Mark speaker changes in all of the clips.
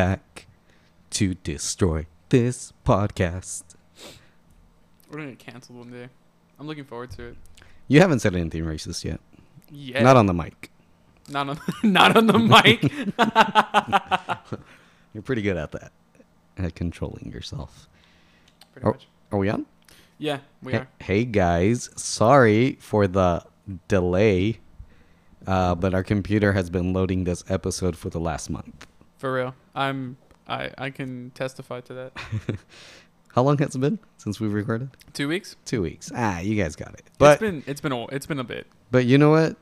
Speaker 1: back to destroy this podcast.
Speaker 2: We're gonna get canceled one day. I'm looking forward to it.
Speaker 1: You haven't said anything racist yet.
Speaker 2: Yeah.
Speaker 1: Not on Oh. the mic.
Speaker 2: not on not on the mic.
Speaker 1: You're pretty good at that, at controlling yourself.
Speaker 2: Pretty
Speaker 1: Oh.
Speaker 2: much.
Speaker 1: Are we on?
Speaker 2: Yeah, we
Speaker 1: Hey-
Speaker 2: are.
Speaker 1: Hey guys, sorry for the delay, uh, but our computer has been loading this episode for the last month.
Speaker 2: For real. I'm I I can testify to that.
Speaker 1: How long has it been since we recorded?
Speaker 2: Two weeks?
Speaker 1: Two weeks. Ah, you guys got it. But
Speaker 2: it's been it's been a it's been a bit.
Speaker 1: but you know what?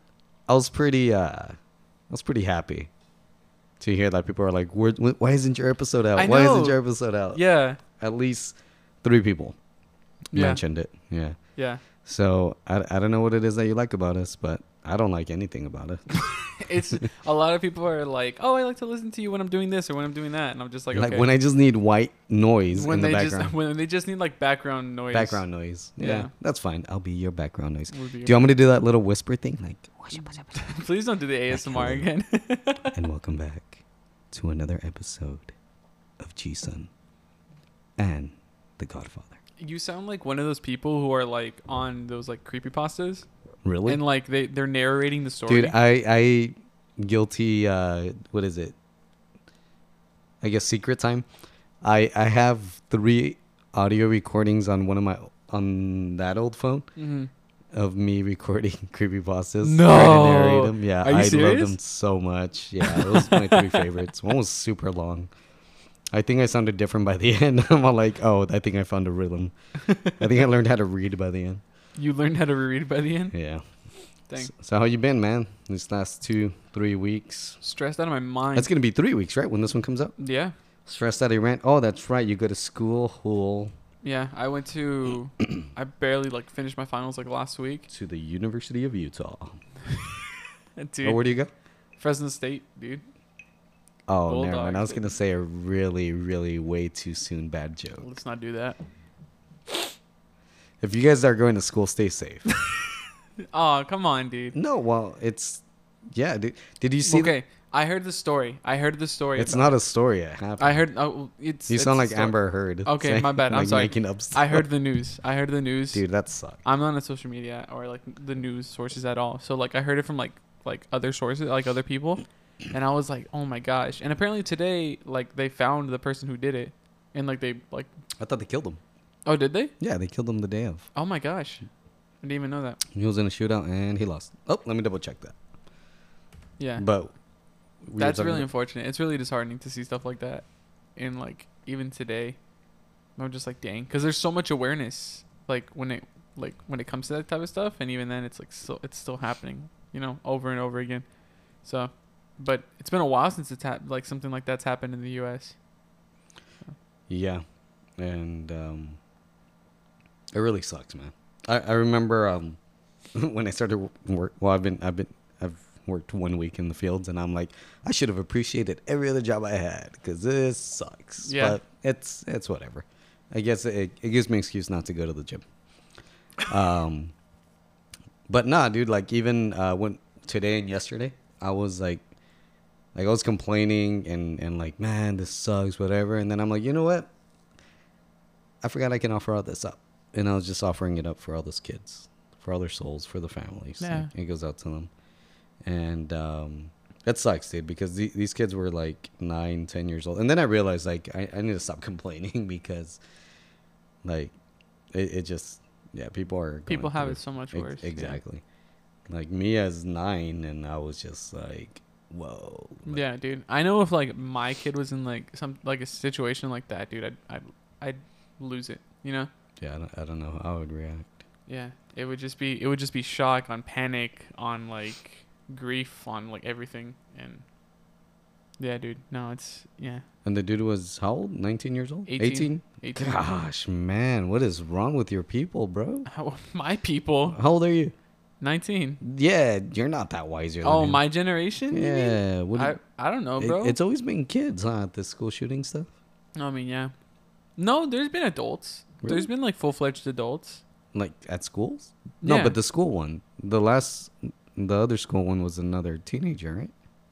Speaker 1: I was pretty uh, I was pretty happy to hear that people are like, "Where- wh- "Why isn't your episode out?
Speaker 2: I
Speaker 1: Why isn't
Speaker 2: know.
Speaker 1: your episode out?"
Speaker 2: Yeah.
Speaker 1: At least three people
Speaker 2: Yeah.
Speaker 1: mentioned it. Yeah.
Speaker 2: Yeah.
Speaker 1: So I, I don't know what it is that you like about us, but I don't like anything about it.
Speaker 2: It's a lot of people are like, Oh, I like to listen to you when I'm doing this or when I'm doing that and I'm just like,
Speaker 1: Like,
Speaker 2: okay.
Speaker 1: when I just need white noise
Speaker 2: When
Speaker 1: in the
Speaker 2: they
Speaker 1: background.
Speaker 2: just when they just need like background noise.
Speaker 1: background noise. Yeah.
Speaker 2: Yeah.
Speaker 1: that's fine. I'll be your background noise.
Speaker 2: would be-
Speaker 1: Do you want me to do that little whisper thing? Like,
Speaker 2: Please don't do the ASMR again.
Speaker 1: and welcome back to another episode of G Sun and The Godfather.
Speaker 2: you sound like one of those people who are like on those like creepy pastas
Speaker 1: Really?
Speaker 2: and like they they're narrating the story.
Speaker 1: Dude, I I guilty uh what is it? I guess secret time. I I have three audio recordings on one of my on that old phone
Speaker 2: Mhm.
Speaker 1: of me recording creepypastas.
Speaker 2: No.
Speaker 1: trying to narrate 'em. Yeah,
Speaker 2: Are you
Speaker 1: I
Speaker 2: serious?
Speaker 1: love them so much. Yeah, it was my three favorites. One was super long. I think I sounded different by the end. I'm all like, oh, I think I found a rhythm. I think I learned how to read by the end.
Speaker 2: You learned how to reread by the end?
Speaker 1: Yeah.
Speaker 2: Dang.
Speaker 1: S- So how you been, man? These last two, three weeks.
Speaker 2: Stressed out of my mind.
Speaker 1: It's gonna be three weeks, right? When this one comes out.
Speaker 2: Yeah.
Speaker 1: Stressed out Iran. Oh, that's right. You go to school. Whole
Speaker 2: Yeah. I went to I barely like finished my finals like last week.
Speaker 1: to the University of Utah.
Speaker 2: Dude.
Speaker 1: Oh, where do you go?
Speaker 2: Fresno State, dude.
Speaker 1: Oh, never
Speaker 2: Bulldogs.
Speaker 1: mind. I was gonna say a really, really way too soon bad joke.
Speaker 2: Let's not do that.
Speaker 1: If you guys are going to school, stay safe.
Speaker 2: Oh, come on, dude.
Speaker 1: no, well, it's yeah. Did, did you see?
Speaker 2: okay. I heard the story. I heard the story.
Speaker 1: It's
Speaker 2: about-
Speaker 1: not a story. It happened.
Speaker 2: I heard oh, well, it's
Speaker 1: You
Speaker 2: it's
Speaker 1: sound
Speaker 2: a
Speaker 1: like
Speaker 2: story.
Speaker 1: Amber Heard.
Speaker 2: Okay,
Speaker 1: saying-
Speaker 2: my bad. I'm
Speaker 1: like
Speaker 2: sorry.
Speaker 1: Making up stuff.
Speaker 2: I heard the news. I heard the news.
Speaker 1: Dude, that sucked.
Speaker 2: I'm not on social media or like the news sources at all. So like I heard it from like like other sources, like other people, and I was like, "Oh my gosh." And apparently today like they found the person who did it. And like they like
Speaker 1: I thought they killed him.
Speaker 2: Oh, did they?
Speaker 1: Yeah, they killed him the day of.
Speaker 2: Oh my gosh. I didn't even know that.
Speaker 1: He was in a shootout and he lost. Oh, let me double check that.
Speaker 2: Yeah.
Speaker 1: But we were
Speaker 2: That's
Speaker 1: talking
Speaker 2: really
Speaker 1: about-
Speaker 2: unfortunate. It's really disheartening to see stuff like that in like even today. I'm just like, "Dang." Cuz there's so much awareness like when it like when it comes to that type of stuff and even then it's like so it's still happening, you know, over and over again. So, but it's been a while since it's hap- like something like that's happened in the US.
Speaker 1: Yeah, and um, it really sucks, man. I, I remember um, when I started w- work. Well, I've been I've been I've worked one week in the fields, and I'm like, I should have appreciated every other job I had because this sucks.
Speaker 2: Yeah.
Speaker 1: but it's it's whatever. I guess it, it gives me an excuse not to go to the gym. Um, but nah, dude. Like even uh, when today and yesterday, I was like, like I was complaining and and like, man, this sucks, whatever. And then I'm like, you know what? I forgot I can offer all this up, and I was just offering it up for all those kids, for all their souls, for the families.
Speaker 2: Yeah.
Speaker 1: Like, it goes out to them, and um, that sucks, dude. Because the, these kids were like nine, ten years old, and then I realized like I, I need to stop complaining because, like, it, it just yeah, people are going
Speaker 2: People have
Speaker 1: through-
Speaker 2: it so much
Speaker 1: Ex-
Speaker 2: worse. yeah.
Speaker 1: Exactly. Like me as nine, and I was just like, whoa. like,
Speaker 2: yeah, dude. I know if like my kid was in like some like a situation like that, dude, I'd I'd, I'd lose it. You know?
Speaker 1: Yeah, I don't, I don't know how I would react.
Speaker 2: Yeah. It would just be it would just be shock on panic on like grief on like everything and yeah, dude. No, it's yeah.
Speaker 1: And the dude was how old? 19 years old?
Speaker 2: 18. 18.
Speaker 1: Gosh, man, what is wrong with your people, bro?
Speaker 2: How, my people,
Speaker 1: How old are you?
Speaker 2: 19.
Speaker 1: Yeah, you're not that wiser. than
Speaker 2: Oh,
Speaker 1: him.
Speaker 2: my generation? you mean?
Speaker 1: Yeah. What do
Speaker 2: I,
Speaker 1: you-
Speaker 2: I don't know,
Speaker 1: it-
Speaker 2: bro.
Speaker 1: it's always been kids, huh? At the school shooting stuff.
Speaker 2: I mean, yeah. No, there's been adults. There's
Speaker 1: Really?
Speaker 2: been like full-fledged adults.
Speaker 1: Like at schools? No,
Speaker 2: Yeah.
Speaker 1: but the school one. The last, the other school one was another teenager, right?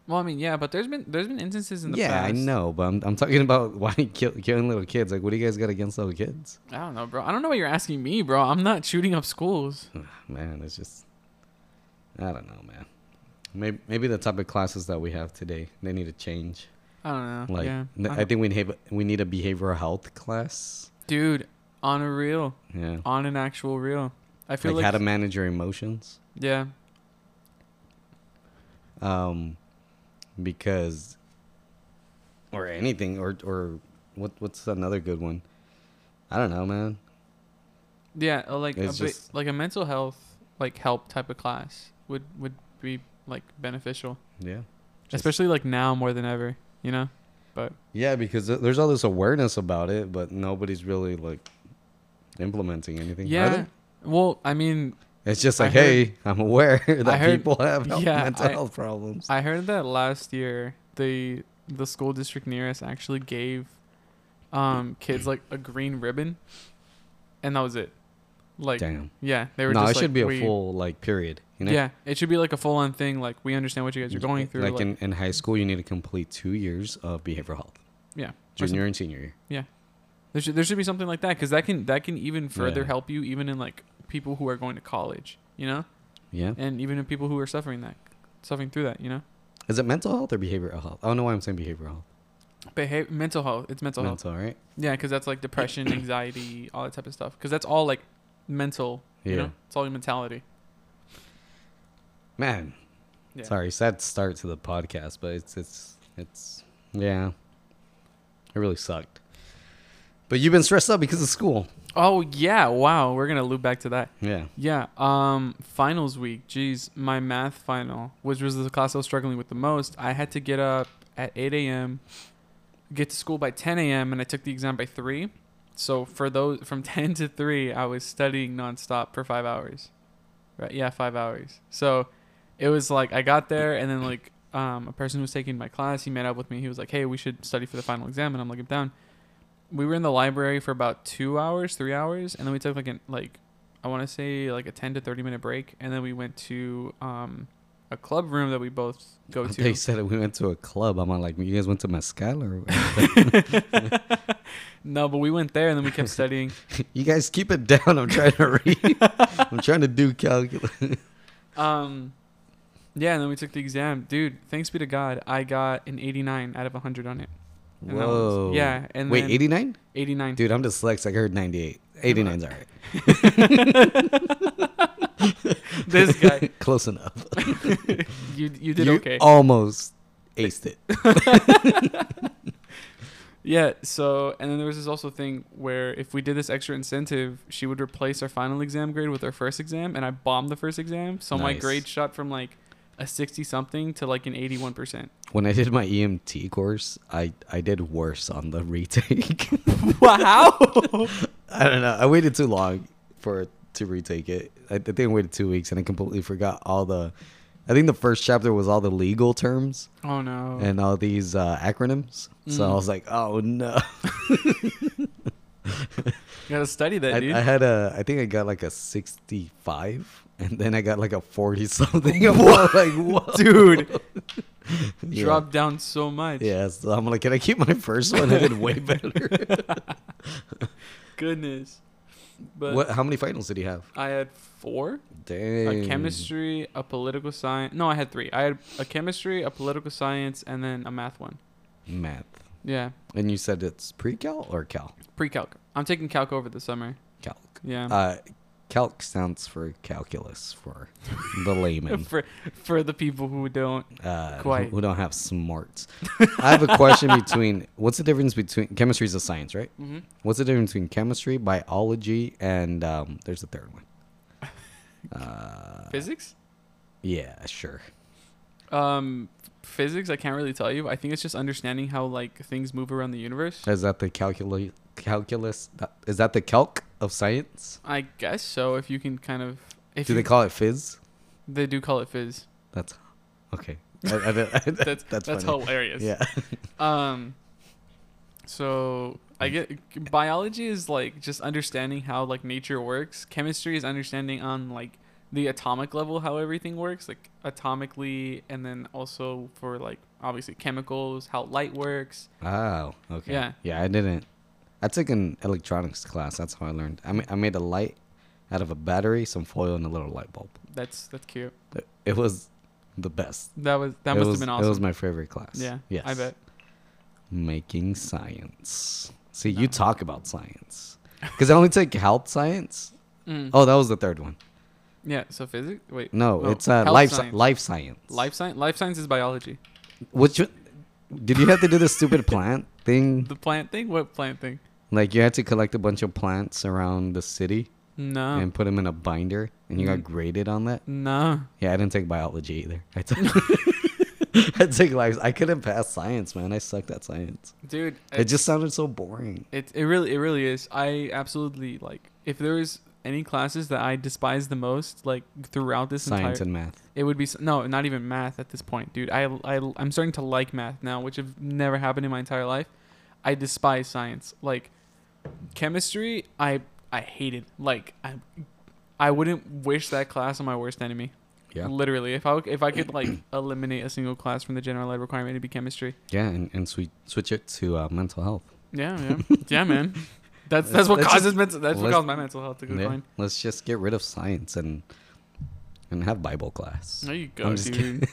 Speaker 2: Well, I mean, yeah, but there's been there's been instances in the
Speaker 1: yeah,
Speaker 2: past.
Speaker 1: I know, but I'm, I'm talking about why kill, killing little kids. Like, what do you guys got against little kids?
Speaker 2: I don't know, bro. I don't know what you're asking me, bro. I'm not shooting up schools.
Speaker 1: Man, it's just, I don't know, man. Maybe, maybe the type of classes that we have today they need to change.
Speaker 2: I don't know.
Speaker 1: Like,
Speaker 2: yeah,
Speaker 1: n-
Speaker 2: I
Speaker 1: I,
Speaker 2: don't-
Speaker 1: think we need we need a behavioral health class.
Speaker 2: dude, on a reel,
Speaker 1: Yeah,
Speaker 2: on an actual reel. I feel
Speaker 1: like,
Speaker 2: like,
Speaker 1: how to manage your emotions.
Speaker 2: yeah,
Speaker 1: Um, because, or anything, or or what what's another good one? I don't know, man.
Speaker 2: yeah, uh, like a
Speaker 1: It's
Speaker 2: bit,
Speaker 1: just-
Speaker 2: like a mental health like help type of class would would be like beneficial,
Speaker 1: Yeah. Just-
Speaker 2: especially like now more than ever. You know, but
Speaker 1: Yeah, because th- there's all this awareness about it, but nobody's really like implementing anything. are
Speaker 2: yeah.
Speaker 1: they?
Speaker 2: Well, I mean,
Speaker 1: it's just
Speaker 2: I
Speaker 1: like,
Speaker 2: heard-
Speaker 1: hey, I'm aware that
Speaker 2: heard-
Speaker 1: people have health-
Speaker 2: yeah,
Speaker 1: mental
Speaker 2: I-
Speaker 1: health problems.
Speaker 2: I heard that last year the the school district near us actually gave um kids like a green ribbon, and that was it. Like
Speaker 1: Damn.
Speaker 2: yeah, they were
Speaker 1: No,
Speaker 2: just
Speaker 1: it should
Speaker 2: like,
Speaker 1: be a
Speaker 2: we-
Speaker 1: full like period. You know?
Speaker 2: Yeah, it should be like a full on thing. Like we understand what you guys are going through.
Speaker 1: Like, in, in high school, you need to complete two years of behavioral health,
Speaker 2: yeah, or
Speaker 1: junior and senior year.
Speaker 2: There should there should be something like that because that can that can even further
Speaker 1: Yeah.
Speaker 2: help you even in like people who are going to college, you know,
Speaker 1: Yeah.
Speaker 2: and even in people who are suffering that suffering through that, you know.
Speaker 1: Is it mental health or behavioral health? I don't know why I'm saying behavioral health.
Speaker 2: Behave mental health. It's mental health.
Speaker 1: mental right?
Speaker 2: Yeah, because that's like depression, anxiety, all that type of stuff. Because that's all like mental. You
Speaker 1: Yeah.
Speaker 2: know, it's all your mentality.
Speaker 1: Man,
Speaker 2: Yeah.
Speaker 1: sorry, sad start to the podcast, but it's it's it's yeah, it really sucked. But you've been stressed out because of school.
Speaker 2: Oh yeah! Wow, we're gonna loop back to that.
Speaker 1: Yeah.
Speaker 2: Yeah. Um, finals week. Jeez, my math final, which was the class I was struggling with the most. I had to get up at 8 a.m., get to school by 10 a.m., and I took the exam by three. So for those from 10 to three, I was studying nonstop for five hours. Right? Yeah, five hours. So it was like I got there, and then like um, a person who was taking my class, he met up with me. He was like, "Hey, we should study for the final exam," and I'm like, "I'm down." We were in the library for about two hours, three hours, and then we took like an like I want to say like a 10 to 30 minute break, and then we went to um, a club room that we both go to.
Speaker 1: They said we went to a club. I'm like, you guys went to mezcal or what?"
Speaker 2: no, but we went there and then we kept studying.
Speaker 1: you guys keep it down. I'm trying to read. I'm trying to do calculus.
Speaker 2: Um, yeah, and then we took the exam, dude. Thanks be to God, I got an 89 out of 100 on it. And that was-
Speaker 1: Whoa.
Speaker 2: yeah, and
Speaker 1: wait,
Speaker 2: then-
Speaker 1: 89?
Speaker 2: 89.
Speaker 1: Dude, I'm dyslexic. I heard 98. 89's all right.
Speaker 2: This guy,
Speaker 1: Close enough.
Speaker 2: you you did
Speaker 1: You
Speaker 2: okay.
Speaker 1: Almost aced it.
Speaker 2: Yeah, so and then there was this also thing where if we did this extra incentive, she would replace our final exam grade with our first exam, and I bombed the first exam, so my
Speaker 1: Nice.
Speaker 2: grade shot from like a sixty something to like an eighty one percent.
Speaker 1: When I did my EMT course, I, I did worse on the retake.
Speaker 2: Wow.
Speaker 1: I don't know. I waited too long for it to retake it. I, I think I waited two weeks and I completely forgot all the. I think the first chapter was all the legal terms
Speaker 2: oh no.
Speaker 1: and all these uh, acronyms. So I
Speaker 2: Mm.
Speaker 1: was like, oh no.
Speaker 2: you gotta study that,
Speaker 1: I,
Speaker 2: dude.
Speaker 1: I had a. I think I got like a 65 and then I got like a 40 something. I'm all like, what?
Speaker 2: dude,
Speaker 1: Yeah.
Speaker 2: dropped down so much.
Speaker 1: Yeah, so I'm like, can I keep my first one? I did way better.
Speaker 2: Goodness. But
Speaker 1: what? How many finals did you have?
Speaker 2: I had four.
Speaker 1: Dang.
Speaker 2: a chemistry, a political science. No, I had three. I had a chemistry, a political science, and then a math one.
Speaker 1: Math.
Speaker 2: Yeah,
Speaker 1: And you said it's pre-cal or cal?
Speaker 2: pre-calc. I'm taking calc over the summer.
Speaker 1: Calc.
Speaker 2: Yeah,
Speaker 1: Uh, calc stands for calculus for the layman.
Speaker 2: for for the people who don't.
Speaker 1: Uh, who-
Speaker 2: Quite.
Speaker 1: Who don't have smarts. I have a question between what's the difference between chemistry is a science, right?
Speaker 2: Mm-hmm.
Speaker 1: What's the difference between chemistry, biology, and um, there's a third one? Uh,
Speaker 2: Physics.
Speaker 1: yeah, sure.
Speaker 2: Um, physics. I can't really tell you. I think it's just understanding how like things move around the universe.
Speaker 1: Is that the calcula- calculus? that- Is that the calc of science?
Speaker 2: I guess so. If you can kind of. If
Speaker 1: Do
Speaker 2: you,
Speaker 1: they call it phys?
Speaker 2: they do call it phys.
Speaker 1: That's okay. I- I- I-
Speaker 2: That's that's,
Speaker 1: that's funny.
Speaker 2: hilarious.
Speaker 1: yeah.
Speaker 2: Um. So I
Speaker 1: Mm.
Speaker 2: get biology is like just understanding how like nature works. Chemistry is understanding on like the atomic level how everything works like atomically and then also for like obviously chemicals how light works
Speaker 1: Oh, okay.
Speaker 2: Yeah.
Speaker 1: Yeah, I didn't. I took an electronics class. That's how I learned. I, ma- I made a light out of a battery, some foil, and a little light bulb.
Speaker 2: that's that's cute
Speaker 1: It- It was the best.
Speaker 2: that was that
Speaker 1: It
Speaker 2: must
Speaker 1: was-
Speaker 2: have been
Speaker 1: It was
Speaker 2: awesome
Speaker 1: my favorite class.
Speaker 2: yeah
Speaker 1: Yes.
Speaker 2: i bet
Speaker 1: Making science. See,
Speaker 2: No.
Speaker 1: you talk about science. Because I only take health science.
Speaker 2: Mm.
Speaker 1: Oh, that was the third one.
Speaker 2: yeah so physics wait
Speaker 1: No,
Speaker 2: oh,
Speaker 1: it's uh,
Speaker 2: health
Speaker 1: life
Speaker 2: science.
Speaker 1: science. life science.
Speaker 2: life science life science is biology
Speaker 1: Which did you have to do the stupid plant thing?
Speaker 2: the plant thing what plant thing
Speaker 1: Like you had to collect a bunch of plants around the city
Speaker 2: no
Speaker 1: and put them in a binder, and you
Speaker 2: Mm.
Speaker 1: got graded on that.
Speaker 2: no
Speaker 1: Yeah, I didn't take biology either. I took I took life. I couldn't pass science, man. I sucked at science.
Speaker 2: dude
Speaker 1: It just sounded so boring.
Speaker 2: It it really it really is. I absolutely like if there is any classes that I despise the most, like throughout this
Speaker 1: Science
Speaker 2: entire,
Speaker 1: and math.
Speaker 2: it would be s- no, not even math at this point, dude. I I I'm starting to like math now, which have never happened in my entire life. I despise science. Like chemistry, I I hated. Like I I wouldn't wish that class on my worst enemy.
Speaker 1: Yeah.
Speaker 2: Literally, if I w- if I could like eliminate a single class from the general ed requirement, it'd be chemistry.
Speaker 1: Yeah, and, and swe- switch it to uh, mental health.
Speaker 2: Yeah, yeah, yeah, man. That's that's
Speaker 1: Let's-
Speaker 2: what
Speaker 1: let's
Speaker 2: causes
Speaker 1: just-
Speaker 2: mental. That's what
Speaker 1: let's-
Speaker 2: caused my mental health to go
Speaker 1: Yeah.
Speaker 2: decline.
Speaker 1: Let's just get rid of science and and have Bible class.
Speaker 2: There you go,
Speaker 1: I'm just
Speaker 2: dude.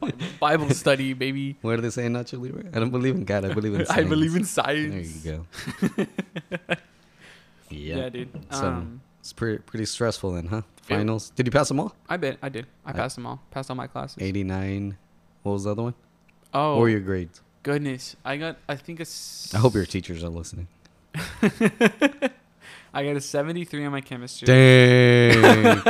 Speaker 2: Bible study, baby.
Speaker 1: What do they say, Nacho Libre? I don't believe in God. I believe in science.
Speaker 2: I believe in
Speaker 1: There you
Speaker 2: science.
Speaker 1: go. yeah.
Speaker 2: Yeah, dude.
Speaker 1: So-
Speaker 2: Um,
Speaker 1: It's pretty pretty stressful then, huh?
Speaker 2: Yeah.
Speaker 1: Finals. Did you pass them all?
Speaker 2: I bet I did. I
Speaker 1: I-
Speaker 2: passed them all. Passed all my classes.
Speaker 1: 89. What was the other one?
Speaker 2: Oh
Speaker 1: What were your grades?
Speaker 2: goodness! I got. I think a. S-
Speaker 1: I hope your teachers are listening.
Speaker 2: I got a seventy-three on my chemistry.
Speaker 1: Dang.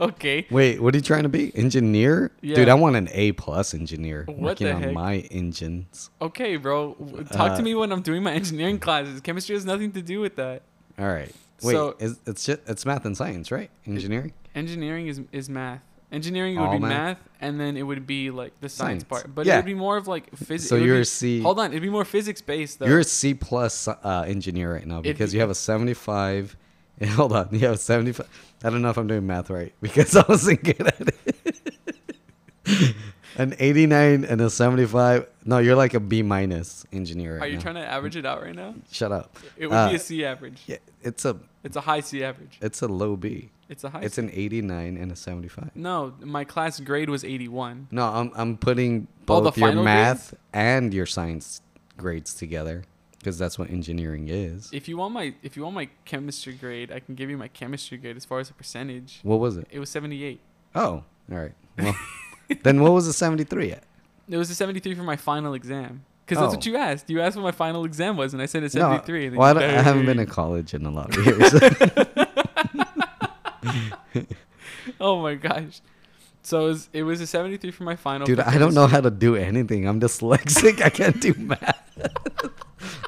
Speaker 2: okay.
Speaker 1: Wait, what are you trying to be? Engineer? Dude,
Speaker 2: Yeah.
Speaker 1: I want an A plus engineer
Speaker 2: What
Speaker 1: working
Speaker 2: the
Speaker 1: on
Speaker 2: heck?
Speaker 1: my engines.
Speaker 2: Okay, bro. W- Talk to
Speaker 1: Uh,
Speaker 2: me when I'm doing my engineering classes. Chemistry has nothing to do with that.
Speaker 1: All right. Wait,
Speaker 2: So-
Speaker 1: is, it's just, it's math and science, right? Engineering?
Speaker 2: Engineering is is math. Engineering would
Speaker 1: All
Speaker 2: be math?
Speaker 1: math?
Speaker 2: and then it would be like the science,
Speaker 1: Science.
Speaker 2: part. But it
Speaker 1: Yeah.
Speaker 2: would be more of like physics.
Speaker 1: So you're a C-
Speaker 2: Hold on, it'd be more physics based though.
Speaker 1: You're a C plus uh, engineer right now
Speaker 2: It'd
Speaker 1: because
Speaker 2: be-
Speaker 1: you have a 75. Hold on, you have 75. I don't know if I'm doing math right because I wasn't good at it. an 89 and a 75. No, you're like a B minus engineer. Right
Speaker 2: Are you
Speaker 1: now.
Speaker 2: trying to average it out right now?
Speaker 1: Shut up.
Speaker 2: It would
Speaker 1: Uh,
Speaker 2: be a C average.
Speaker 1: Yeah, it's a
Speaker 2: It's a high C average.
Speaker 1: it's a low B.
Speaker 2: It's a high.
Speaker 1: It's
Speaker 2: C.
Speaker 1: an 89 and a 75.
Speaker 2: no, my class grade was 81.
Speaker 1: No, I'm I'm putting
Speaker 2: All the
Speaker 1: both your
Speaker 2: final
Speaker 1: math and your science grades together because that's what engineering is.
Speaker 2: If you want my if you want my chemistry grade, I can give you my chemistry grade as far as a percentage.
Speaker 1: What was it?
Speaker 2: It was 78.
Speaker 1: Oh, all right. Well, then what was the 73 at?
Speaker 2: It was a 73 for my final exam. Because that's
Speaker 1: Oh.
Speaker 2: what you asked. You asked what my final exam was, and I said it's
Speaker 1: No,
Speaker 2: 73. and then
Speaker 1: well, I,
Speaker 2: you-
Speaker 1: don't- I haven't been in college in a lot of years.
Speaker 2: Oh my gosh. So it was, it was a 73 for my final.
Speaker 1: Dude,
Speaker 2: for
Speaker 1: I don't know
Speaker 2: chemistry.
Speaker 1: how to do anything. I'm dyslexic. I can't do math.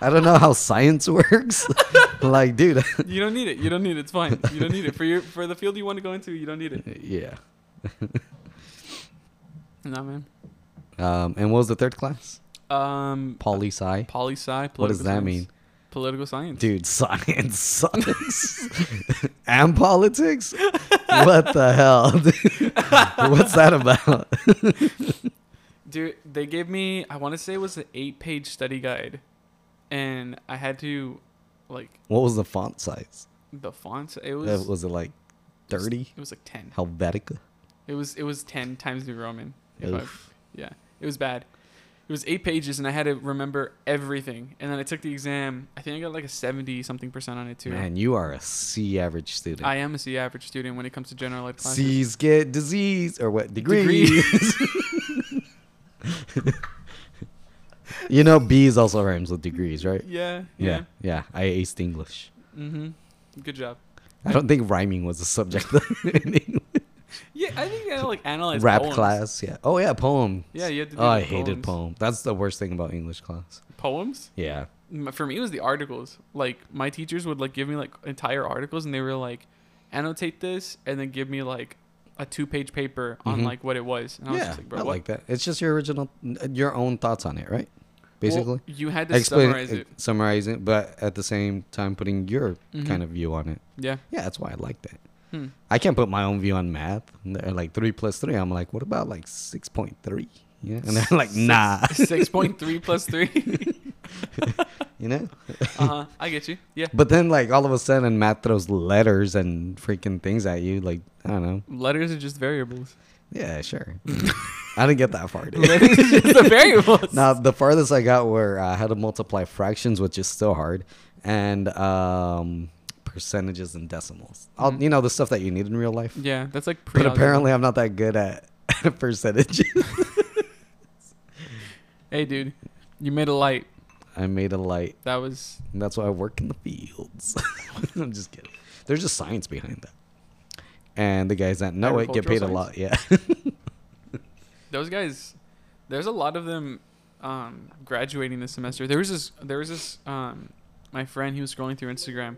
Speaker 1: I don't know how science works. like, dude,
Speaker 2: You don't need it. You don't need it. It's fine. You don't need it for your for the field you want to go into. You don't need it.
Speaker 1: yeah.
Speaker 2: Nah, man.
Speaker 1: Um, and what was the third class?
Speaker 2: Um,
Speaker 1: Poli sci.
Speaker 2: poli sci.
Speaker 1: What does
Speaker 2: political
Speaker 1: that
Speaker 2: science.
Speaker 1: mean?
Speaker 2: Political science.
Speaker 1: Dude, science sucks. and politics? What the hell? dude? What's that about?
Speaker 2: Dude, they gave me I want to say it was an eight-page study guide, and I had to, like,
Speaker 1: What was the font size?
Speaker 2: the font. It
Speaker 1: Uh,
Speaker 2: was
Speaker 1: Was, it like 30?
Speaker 2: it was like ten.
Speaker 1: Helvetica?
Speaker 2: It was it was ten times New Roman. If I,
Speaker 1: Oof.
Speaker 2: yeah, it was bad. It was eight pages, and I had to remember everything. And then I took the exam. I think I got like a seventy something percent on it too.
Speaker 1: Man, you are a C average student.
Speaker 2: I am a C average student when it comes to general ed classes.
Speaker 1: C's get disease or what degrees?
Speaker 2: Degrees.
Speaker 1: you know, B's also rhymes with degrees, right?
Speaker 2: yeah,
Speaker 1: Yeah,
Speaker 2: yeah.
Speaker 1: yeah. I aced English.
Speaker 2: Mm-hmm. Good job.
Speaker 1: I don't think rhyming was a subject in English.
Speaker 2: Yeah, I think I like analyze
Speaker 1: rap
Speaker 2: poems.
Speaker 1: class. Yeah. Oh yeah, poem.
Speaker 2: Yeah, you had to do
Speaker 1: Oh, I
Speaker 2: the
Speaker 1: hated
Speaker 2: poems.
Speaker 1: poem. That's the worst thing about English class.
Speaker 2: Poems?
Speaker 1: Yeah.
Speaker 2: M- For me, it was the articles. Like my teachers would like give me like entire articles, and they were like, annotate this, and then give me like a two-page paper on
Speaker 1: Mhm.
Speaker 2: like what it was. And I was
Speaker 1: yeah.
Speaker 2: just like, bro,
Speaker 1: I
Speaker 2: what?
Speaker 1: like that. It's just your original, your own thoughts on it, right?
Speaker 2: Well,
Speaker 1: Basically.
Speaker 2: you had to
Speaker 1: Explain-
Speaker 2: summarize it.
Speaker 1: summarize it, but at the same time putting your
Speaker 2: Mhm.
Speaker 1: kind of view on it.
Speaker 2: Yeah.
Speaker 1: Yeah, that's why I like that.
Speaker 2: Hmm.
Speaker 1: I can't put my own view on math. And they're like three plus three. I'm like, what about like six point three? Yeah, and they're like, nah.
Speaker 2: Six point three plus three.
Speaker 1: you know.
Speaker 2: uh huh. I get you. Yeah.
Speaker 1: But then like all of a sudden, math throws letters and freaking things at you. Like I don't know.
Speaker 2: Letters are just variables.
Speaker 1: Yeah, sure. I didn't get that far. Dude.
Speaker 2: Letters are just the variables.
Speaker 1: Now the farthest I got were uh, how to multiply fractions, which is still hard, and um, percentages and decimals. All
Speaker 2: Mhm.
Speaker 1: you know the stuff that you need in real life.
Speaker 2: Yeah, that's like pre.
Speaker 1: But apparently, I'm not that good at percentages.
Speaker 2: Hey, dude, you made a light.
Speaker 1: I made a light,
Speaker 2: That was
Speaker 1: and that's why I work in the fields. I'm just kidding. There's just science behind that, and the guys that know it get paid a
Speaker 2: Agricultural
Speaker 1: lot. Yeah,
Speaker 2: those guys. There's a lot of them um, graduating this semester. There was this. There was this. Um, my friend, he was scrolling through Instagram,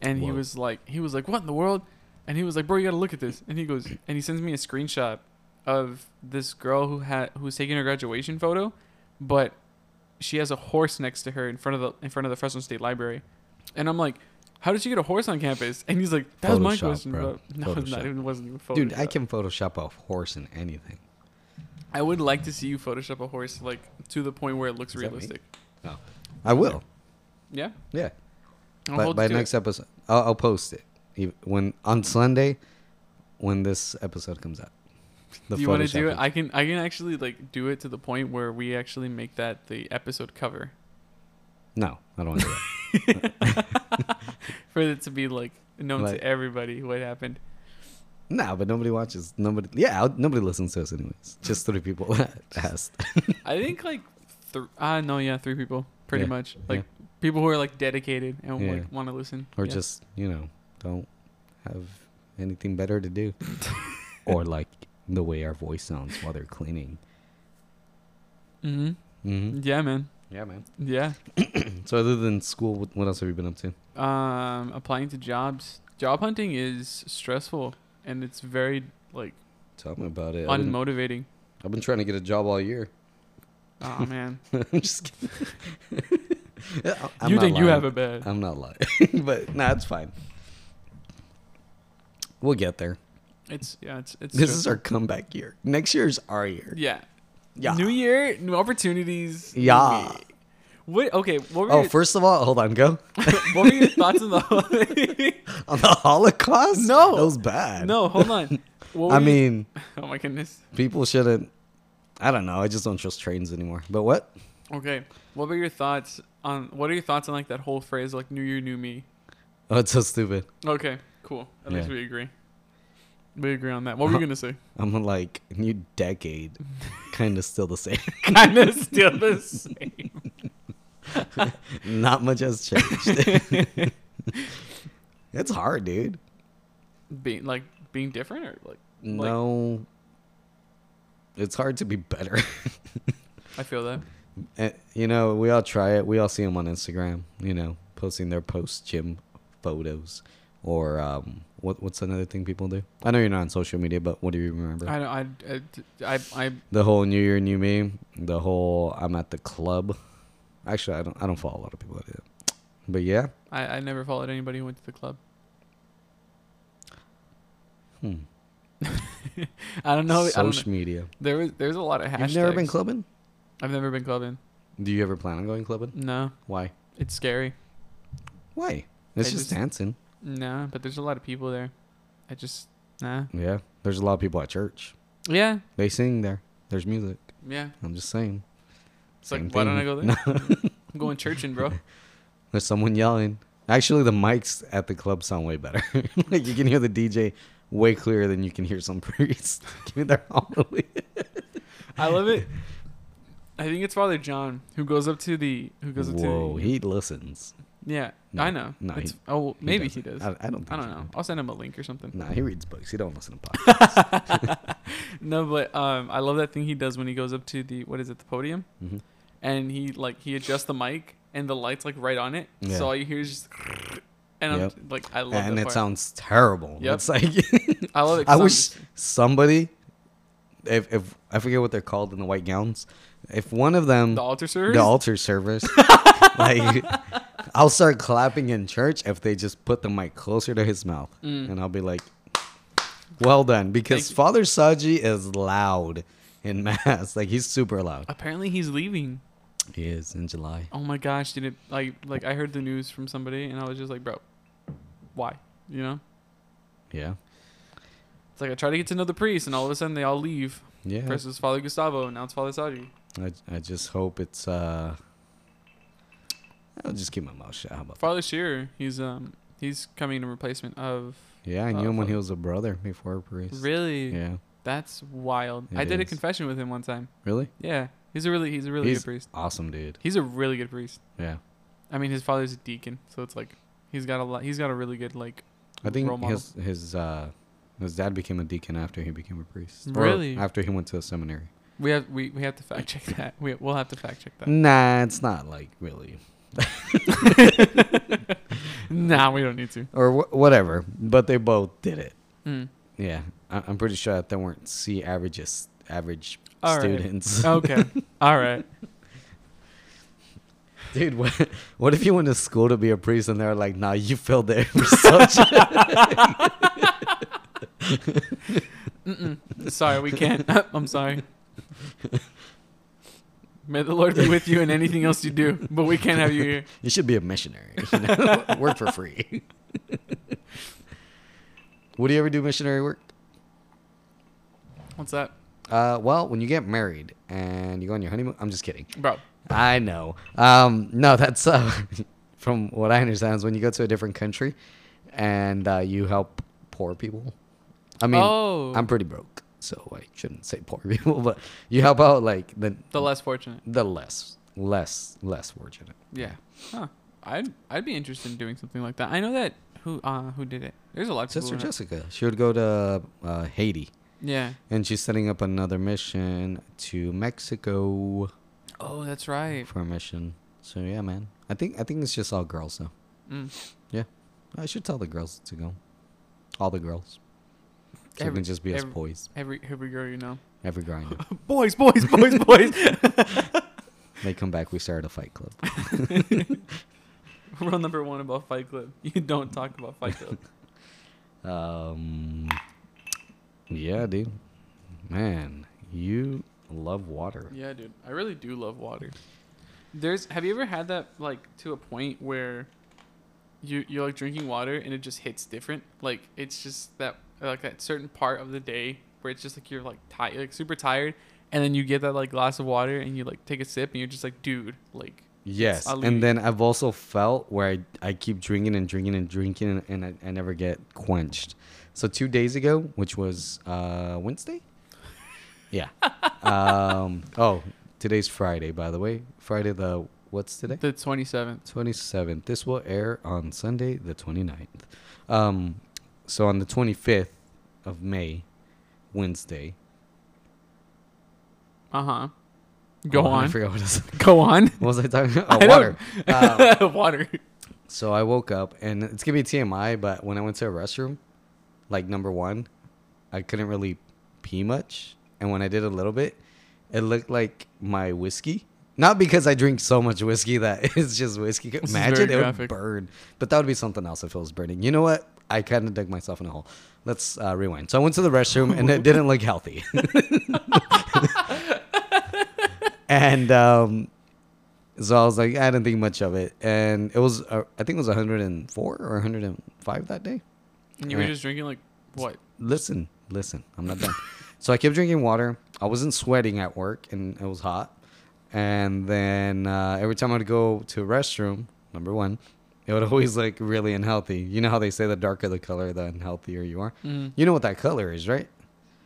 Speaker 2: and he
Speaker 1: Whoa.
Speaker 2: was like, he was like, what in the world? And he was like, bro, you gotta look at this. And he goes, and he sends me a screenshot of this girl who had who's taking her graduation photo, but she has a horse next to her in front of the in front of the Fresno State Library, and I'm like. How did she get a horse on campus? And he's like, "That was my
Speaker 1: Photoshop,
Speaker 2: question,
Speaker 1: bro.
Speaker 2: bro." No, it's
Speaker 1: Photoshop.
Speaker 2: not even it wasn't even Photoshop.
Speaker 1: dude, I can Photoshop a horse in anything.
Speaker 2: I would like to see you Photoshop a horse like to the point where it looks
Speaker 1: Is that me?
Speaker 2: realistic.
Speaker 1: I will.
Speaker 2: Yeah.
Speaker 1: Yeah.
Speaker 2: I'll
Speaker 1: by,
Speaker 2: hold
Speaker 1: by
Speaker 2: you to
Speaker 1: next
Speaker 2: it.
Speaker 1: episode, I'll, I'll post it Ev- when on Sunday when this episode comes out.
Speaker 2: do you want to do
Speaker 1: Photoshop
Speaker 2: it? I can. I can actually like do it to the point where we actually make that the episode cover
Speaker 1: No, I don't want to do
Speaker 2: for it to be like known
Speaker 1: Like-
Speaker 2: to everybody what happened.
Speaker 1: it. No, but nobody watches. Nobody. Yeah, I'll, nobody listens to us anyways. Just three people that asked.
Speaker 2: I think like, th- uh, no, yeah, three people pretty
Speaker 1: Yeah,
Speaker 2: much like people who are like dedicated and
Speaker 1: Yeah.
Speaker 2: like want to listen
Speaker 1: or
Speaker 2: Yeah.
Speaker 1: just you know don't have anything better to do, or like the way our voice sounds while they're cleaning.
Speaker 2: Mhm.
Speaker 1: hmm
Speaker 2: Yeah, man.
Speaker 1: Yeah, man.
Speaker 2: Yeah.
Speaker 1: So other than school, what- what else have you been up to?
Speaker 2: Um, applying to jobs. Job hunting is stressful and it's very like
Speaker 1: Tell me about it. I've been,
Speaker 2: unmotivating.
Speaker 1: I've been trying to get a job all year.
Speaker 2: Oh man.
Speaker 1: I'm just kidding. Yeah, I- I'm
Speaker 2: you
Speaker 1: not
Speaker 2: think you
Speaker 1: lying. Uh,
Speaker 2: have it bad.
Speaker 1: I'm not lying, but nah, it's fine. We'll get there.
Speaker 2: It's yeah, it's it's
Speaker 1: This is our comeback year. Next year's our year.
Speaker 2: yeah.
Speaker 1: Yeah.
Speaker 2: New year, new opportunities. new
Speaker 1: Yeah.
Speaker 2: me. What okay, what were
Speaker 1: Oh,
Speaker 2: your,
Speaker 1: first of all, hold on, go
Speaker 2: what were your thoughts on the
Speaker 1: on the Holocaust.
Speaker 2: No.
Speaker 1: that was bad.
Speaker 2: No, hold on. What were
Speaker 1: I
Speaker 2: your-
Speaker 1: mean,
Speaker 2: Oh my goodness.
Speaker 1: people shouldn't. I don't know. I just don't trust trains anymore. But what?
Speaker 2: Okay. What were your thoughts on what are your thoughts on like that whole phrase like new year, new me?
Speaker 1: Oh, it's so stupid.
Speaker 2: Okay, cool. At least
Speaker 1: Yeah.
Speaker 2: we agree. We agree on that. What were you gonna say?
Speaker 1: I'm like new decade, kind of still the same.
Speaker 2: Kinda still the same.
Speaker 1: Not much has changed. it's hard, dude.
Speaker 2: Being like being different or like Like-
Speaker 1: No, it's hard to be better.
Speaker 2: I feel that.
Speaker 1: Eh, you know, we all try it. We all see them on Instagram. You know, posting their post gym photos, or um, what what's another thing people do? I know you're not on social media, but what do you remember?
Speaker 2: I don't I I I, I
Speaker 1: the whole New Year, New Me. The whole I'm at the club. Actually, I don't I don't follow a lot of people that do that. But yeah,
Speaker 2: I, I never followed anybody who went to the club.
Speaker 1: hmm.
Speaker 2: I don't know. I don't know.
Speaker 1: social media.
Speaker 2: There was there's a lot of hashtags.
Speaker 1: You've never been clubbing?
Speaker 2: I've never been clubbing.
Speaker 1: Do you ever plan on going clubbing?
Speaker 2: No,
Speaker 1: Why?
Speaker 2: it's scary.
Speaker 1: Why? It's
Speaker 2: I
Speaker 1: just,
Speaker 2: just-
Speaker 1: dancing.
Speaker 2: No, but there's a lot of people there. I just nah.
Speaker 1: Yeah, there's a lot of people at church.
Speaker 2: Yeah,
Speaker 1: They sing there. There's music.
Speaker 2: yeah.
Speaker 1: I'm just saying.
Speaker 2: It's like
Speaker 1: Same
Speaker 2: why don't I
Speaker 1: thing.
Speaker 2: go there? I'm going churching, bro.
Speaker 1: There's someone yelling. Actually, the mics at the club sound way better. like you can hear the DJ way clearer than you can hear some priests. Give me their holy.
Speaker 2: I love it. I think it's Father John who goes up to the who goes up
Speaker 1: Whoa,
Speaker 2: to the
Speaker 1: he listens.
Speaker 2: yeah.
Speaker 1: No,
Speaker 2: I know.
Speaker 1: no,
Speaker 2: it's,
Speaker 1: he-
Speaker 2: oh well, maybe he does.
Speaker 1: doesn't. I, I don't. Think
Speaker 2: I don't
Speaker 1: he
Speaker 2: know.
Speaker 1: does.
Speaker 2: I'll send him a link or something.
Speaker 1: Nah, he reads books. He don't listen to podcasts.
Speaker 2: no, but um, I love that thing he does when he goes up to the what is it, the podium,
Speaker 1: Mhm.
Speaker 2: and he like he adjusts the mic and the lights like right on it,
Speaker 1: Yeah.
Speaker 2: so all you hear is just. And
Speaker 1: Yep.
Speaker 2: I'm like, I love
Speaker 1: and
Speaker 2: that
Speaker 1: it
Speaker 2: part.
Speaker 1: sounds terrible.
Speaker 2: Yep.
Speaker 1: It's like
Speaker 2: I love it. 'cause
Speaker 1: I
Speaker 2: I'm
Speaker 1: wish
Speaker 2: just-
Speaker 1: somebody, if if I forget what they're called in the white gowns, if one of them
Speaker 2: the altar servers.
Speaker 1: the altar servers. like, I'll start clapping in church if they just put the mic closer to his mouth,
Speaker 2: Mm.
Speaker 1: and I'll be like, "Well done," because
Speaker 2: Thank you.
Speaker 1: Father Saji is loud in mass. Like he's super loud.
Speaker 2: Apparently he's leaving.
Speaker 1: He is in July.
Speaker 2: Oh my gosh, did it like like I heard the news from somebody and I was just like, bro, why? You know?
Speaker 1: Yeah,
Speaker 2: It's like I try to get to know the priest and all of a sudden they all leave.
Speaker 1: yeah.
Speaker 2: First it was Father Gustavo and now it's Father Saji.
Speaker 1: I, I just hope it's. uh I'll just keep my mouth shut. How about that?
Speaker 2: Father Shearer, he's um he's coming in replacement of
Speaker 1: Yeah, I
Speaker 2: Uh,
Speaker 1: knew him when he
Speaker 2: Father-
Speaker 1: was a brother before a priest.
Speaker 2: Really?
Speaker 1: Yeah.
Speaker 2: That's wild.
Speaker 1: It
Speaker 2: I did a
Speaker 1: is.
Speaker 2: confession with him one time.
Speaker 1: Really?
Speaker 2: Yeah. He's a really he's a really
Speaker 1: He's-
Speaker 2: good priest.
Speaker 1: Awesome dude.
Speaker 2: He's a really good priest.
Speaker 1: Yeah.
Speaker 2: I mean, his father's a deacon, so it's like he's got a lot. He's got a really good like.
Speaker 1: I
Speaker 2: role
Speaker 1: think
Speaker 2: model.
Speaker 1: his his uh his dad became a deacon after he became a priest. Or
Speaker 2: Really?
Speaker 1: after he went to a seminary.
Speaker 2: We have we, we have to fact check that. We we'll have to fact check that.
Speaker 1: Nah, it's not like really
Speaker 2: nah, we don't need to.
Speaker 1: or wh- whatever. But they both did it.
Speaker 2: Mm.
Speaker 1: Yeah, I- I'm pretty sure that they weren't C averages average
Speaker 2: All right.
Speaker 1: students.
Speaker 2: Okay. All right.
Speaker 1: Dude, what, what if you went to school to be a priest and they're like, nah, you failed the every subject?
Speaker 2: Mm-mm. Sorry, we can't. I'm sorry. May the Lord be with you in anything else you do, but we can't have you here.
Speaker 1: you should be a missionary. You know? work for free. Would you ever do missionary work?
Speaker 2: What's that,
Speaker 1: Uh, well, when you get married and you go on your honeymoon, I'm just kidding.
Speaker 2: bro?
Speaker 1: I know. Um, no, that's uh, from what I understand is when you go to a different country and uh, you help poor people. I mean,
Speaker 2: oh,
Speaker 1: I'm pretty broke, so I shouldn't say poor people, but you help out like the
Speaker 2: the less fortunate.
Speaker 1: the less less less fortunate.
Speaker 2: Yeah. Huh. I'd I'd be interested in doing something like that. I know that who uh who did it. There's a lot of
Speaker 1: Sister
Speaker 2: people. who-
Speaker 1: Jessica, she would go to uh, Haiti,
Speaker 2: Yeah.
Speaker 1: and she's setting up another mission to Mexico
Speaker 2: Oh, that's right.
Speaker 1: for a mission. So yeah, man, I think I think it's just all girls though.
Speaker 2: Mm.
Speaker 1: I should tell the girls to go. All the girls. So it
Speaker 2: Every-
Speaker 1: can just be us
Speaker 2: every-
Speaker 1: boys.
Speaker 2: Every every girl you know.
Speaker 1: Every grinder.
Speaker 2: Boys, boys, boys, boys.
Speaker 1: they come back, we start a fight club.
Speaker 2: Rule number one about Fight Club: you don't talk about Fight Club.
Speaker 1: Um, yeah, dude. Man, you love water.
Speaker 2: yeah, dude, I really do love water. There's. Have you ever had that like to a point where you you're like drinking water and it just hits different? Like it's just that like that certain part of the day where it's just like you're like tired, like super tired, and then you get that like glass of water and you like take a sip and you're just like, dude, like
Speaker 1: Yes.
Speaker 2: I'll
Speaker 1: And
Speaker 2: leave.
Speaker 1: then I've also felt where I, I keep drinking and drinking and drinking and, I, I never get quenched. So two days ago, which was uh, Wednesday? Yeah. um, oh, today's Friday, by the way. Friday the, what's today?
Speaker 2: the twenty seventh.
Speaker 1: 27th. This will air on Sunday, the 29th. Um, so on the 25th of May, Wednesday.
Speaker 2: Uh huh. Go
Speaker 1: Oh, I
Speaker 2: on.
Speaker 1: forgot what, I was,
Speaker 2: Go on.
Speaker 1: what was I talking
Speaker 2: I
Speaker 1: about? Oh,
Speaker 2: don't-
Speaker 1: water. Um,
Speaker 2: water.
Speaker 1: so I woke up, and it's going to be TMI, but when I went to a restroom, like number one, I couldn't really pee much. And when I did a little bit, it looked like my whiskey. Not because I drink so much whiskey that it's just whiskey.
Speaker 2: is
Speaker 1: Imagine
Speaker 2: very
Speaker 1: it would
Speaker 2: graphic.
Speaker 1: burn. But that would be something else if it was burning. You know what? I kind of dug myself in a hole. Let's uh, rewind. So I went to the restroom and it didn't look healthy. and um, so I was like, I didn't think much of it. And it was, uh, I think it was 104 or 105 that day
Speaker 2: And you were
Speaker 1: Yeah.
Speaker 2: just drinking like what?
Speaker 1: listen, listen, I'm not done. so I kept drinking water. I wasn't sweating at work, and it was hot. And then uh, every time I'd go to a restroom, number one, it would always like really unhealthy. You know how they say the darker the color, the unhealthier you are.
Speaker 2: Mm.
Speaker 1: You know what that color is, right?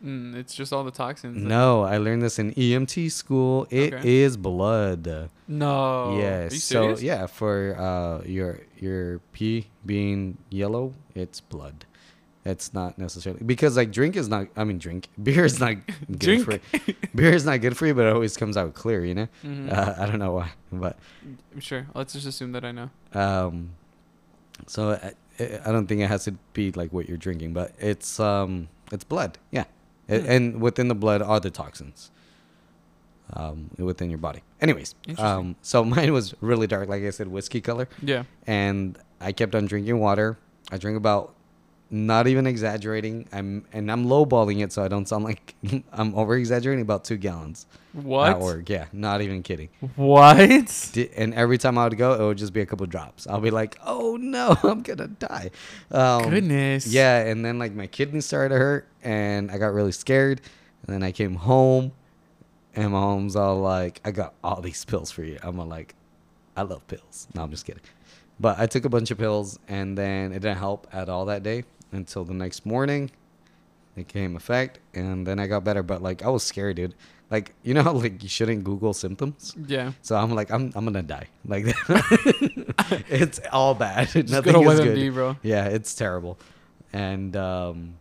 Speaker 2: Mm, it's just all the toxins. that-
Speaker 1: No, I learned this in EMT school. It is
Speaker 2: Okay.
Speaker 1: blood.
Speaker 2: No.
Speaker 1: yes.
Speaker 2: Oh, Are you
Speaker 1: So
Speaker 2: serious?
Speaker 1: yeah, for uh, your your pee being yellow, it's blood. It's not necessarily because like drink is not. I mean, drink beer is not good
Speaker 2: Drink.
Speaker 1: for you. beer is not good for you, but it always comes out clear. You know,
Speaker 2: Mhm.
Speaker 1: uh, I don't know why, but
Speaker 2: I'm sure. Let's just assume that I know.
Speaker 1: um, so I, I don't think it has to be like what you're drinking, but it's um, it's blood. Yeah, A-
Speaker 2: Hmm.
Speaker 1: and within the blood are the toxins. um, within your body. Anyways,
Speaker 2: Interesting.
Speaker 1: um, so mine was really dark, like I said, whiskey color,
Speaker 2: Yeah.
Speaker 1: and I kept on drinking water. I drink about, not even exaggerating. I'm and I'm lowballing it, so I don't sound like I'm over exaggerating. About two gallons
Speaker 2: What?
Speaker 1: at work. Yeah, not even kidding.
Speaker 2: What?
Speaker 1: Di- and every time I would go, it would just be a couple drops. I'll be like, "Oh no, I'm gonna die." Um,
Speaker 2: Goodness.
Speaker 1: Yeah, and then like my kidneys started to hurt, and I got really scared. And then I came home, and my mom's all like, "I got all these pills for you." I'm all like, "I love pills." No, I'm just kidding. But I took a bunch of pills, and then it didn't help at all that day until the next morning. It came effect, and then I got better. But like, I was scared, dude. Like, you know how like you shouldn't Google symptoms.
Speaker 2: Yeah.
Speaker 1: So I'm like, I'm I'm gonna die. Like it's all bad.
Speaker 2: Just go
Speaker 1: Nothing
Speaker 2: to
Speaker 1: is
Speaker 2: WebMD,
Speaker 1: good.
Speaker 2: bro.
Speaker 1: Yeah, it's terrible. And um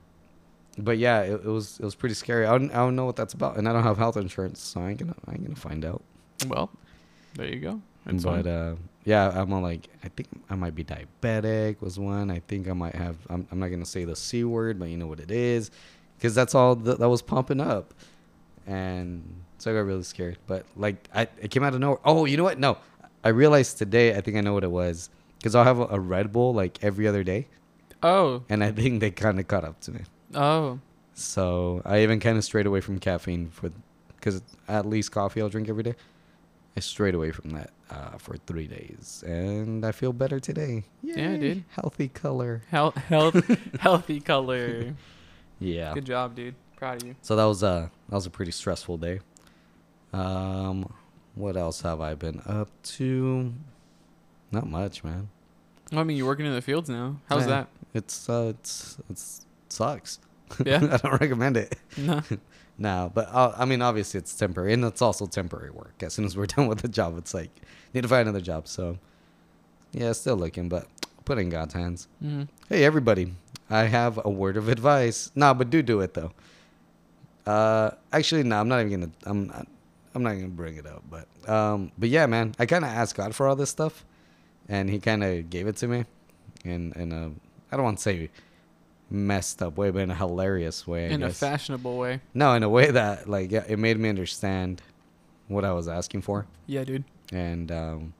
Speaker 1: but yeah, it, it was it was pretty scary. I don't, I don't know what that's about, and I don't have health insurance, so I ain't gonna I ain't gonna find out.
Speaker 2: Well, there you go. It's
Speaker 1: but
Speaker 2: fine.
Speaker 1: uh, yeah, I'm all like I think I might be diabetic was one. I think I might have. I'm, I'm not gonna say the c word, but you know what it is, because that's all that, that was pumping up, and so I got really scared. But like I, it came out of nowhere. Oh, you know what? No, I realized today. I think I know what it was, because I'll have a, a Red Bull like every other day,
Speaker 2: oh.
Speaker 1: and I think they kind of caught up to me.
Speaker 2: Oh.
Speaker 1: So I even kind of strayed away from caffeine for, because at least coffee I'll drink every day. I strayed away from that uh, for three days, and I feel better today.
Speaker 2: Yeah,
Speaker 1: Yay,
Speaker 2: dude.
Speaker 1: Healthy color.
Speaker 2: Health, health, healthy color.
Speaker 1: Yeah.
Speaker 2: Good job, dude. Proud of you.
Speaker 1: So that was a that was a pretty stressful day. Um, what else have I been up to? Not much, man.
Speaker 2: Well, I mean, you're working in the fields now. How's
Speaker 1: Yeah. It's uh, it's it's sucks.
Speaker 2: that? Yeah.
Speaker 1: I don't recommend it.
Speaker 2: no.
Speaker 1: No, but uh, I mean, obviously it's temporary, and it's also temporary work. As soon as we're done with the job, it's like need to find another job. So, yeah, still looking, but put in God's hands.
Speaker 2: Mm.
Speaker 1: Hey, everybody, I have a word of advice. Nah, but do do it though. Uh, actually, no, I'm not even gonna. I'm not. I'm not gonna bring it up. But um, but yeah, man, I kind of asked God for all this stuff, and He kind of gave it to me, in in a I don't want to say messed up way, but in a hilarious way. I
Speaker 2: In a
Speaker 1: guess.
Speaker 2: fashionable way.
Speaker 1: No, in a way that like yeah, it made me understand what I was asking for,
Speaker 2: Yeah, dude.
Speaker 1: and um,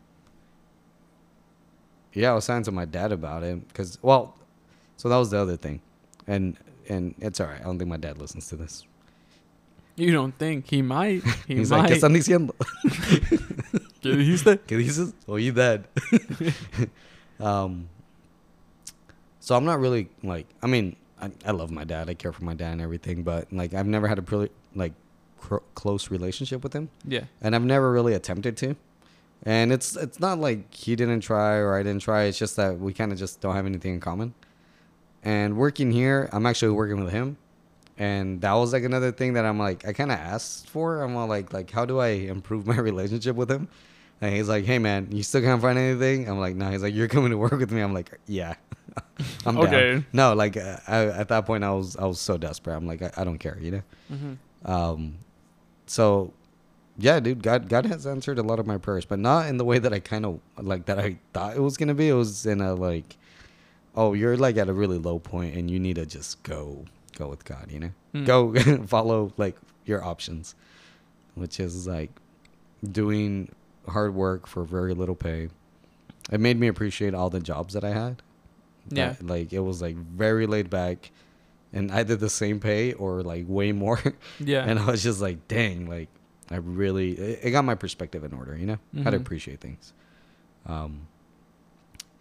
Speaker 1: yeah, I was talking to my dad about it because well, so that was the other thing, and and it's all right. I don't think my dad listens to this.
Speaker 2: You don't think he might? He
Speaker 1: He's like,
Speaker 2: might.
Speaker 1: ¿qué están diciendo?
Speaker 2: Yeah, he's the-
Speaker 1: ¿Qué dices? Oye, dad. um, so I'm not really like I mean I, I love my dad. I care for my dad and everything, but like I've never had a really like cr- close relationship with him.
Speaker 2: yeah.
Speaker 1: and I've never really attempted to. And it's it's not like he didn't try or I didn't try. It's just that we kind of just don't have anything in common. And working here, I'm actually working with him, and that was like another thing that I'm like I kind of asked for. I'm all like like how do I improve my relationship with him? And he's like, hey man, you still can't find anything. I'm like, no. He's like, you're coming to work with me. I'm like, yeah, I'm
Speaker 2: Okay.
Speaker 1: down. No, like uh, I, at that point, I was I was so desperate. I'm like, I, I don't care, you know.
Speaker 2: hmm
Speaker 1: Um, so yeah, dude, God, God has answered a lot of my prayers, but not in the way that I kind of like that I thought it was gonna be. It was in a like, oh, you're like at a really low point, and you need to just go, go with God, you know,
Speaker 2: Mm.
Speaker 1: go follow like your options, which is like doing hard work for very little pay. It made me appreciate all the jobs that I had.
Speaker 2: Yeah.
Speaker 1: That, like it was like very laid back, and either the same pay or like way more.
Speaker 2: Yeah.
Speaker 1: And I was just like, dang, like I really it, it got my perspective in order, you know, how to
Speaker 2: Mhm.
Speaker 1: appreciate things. Um,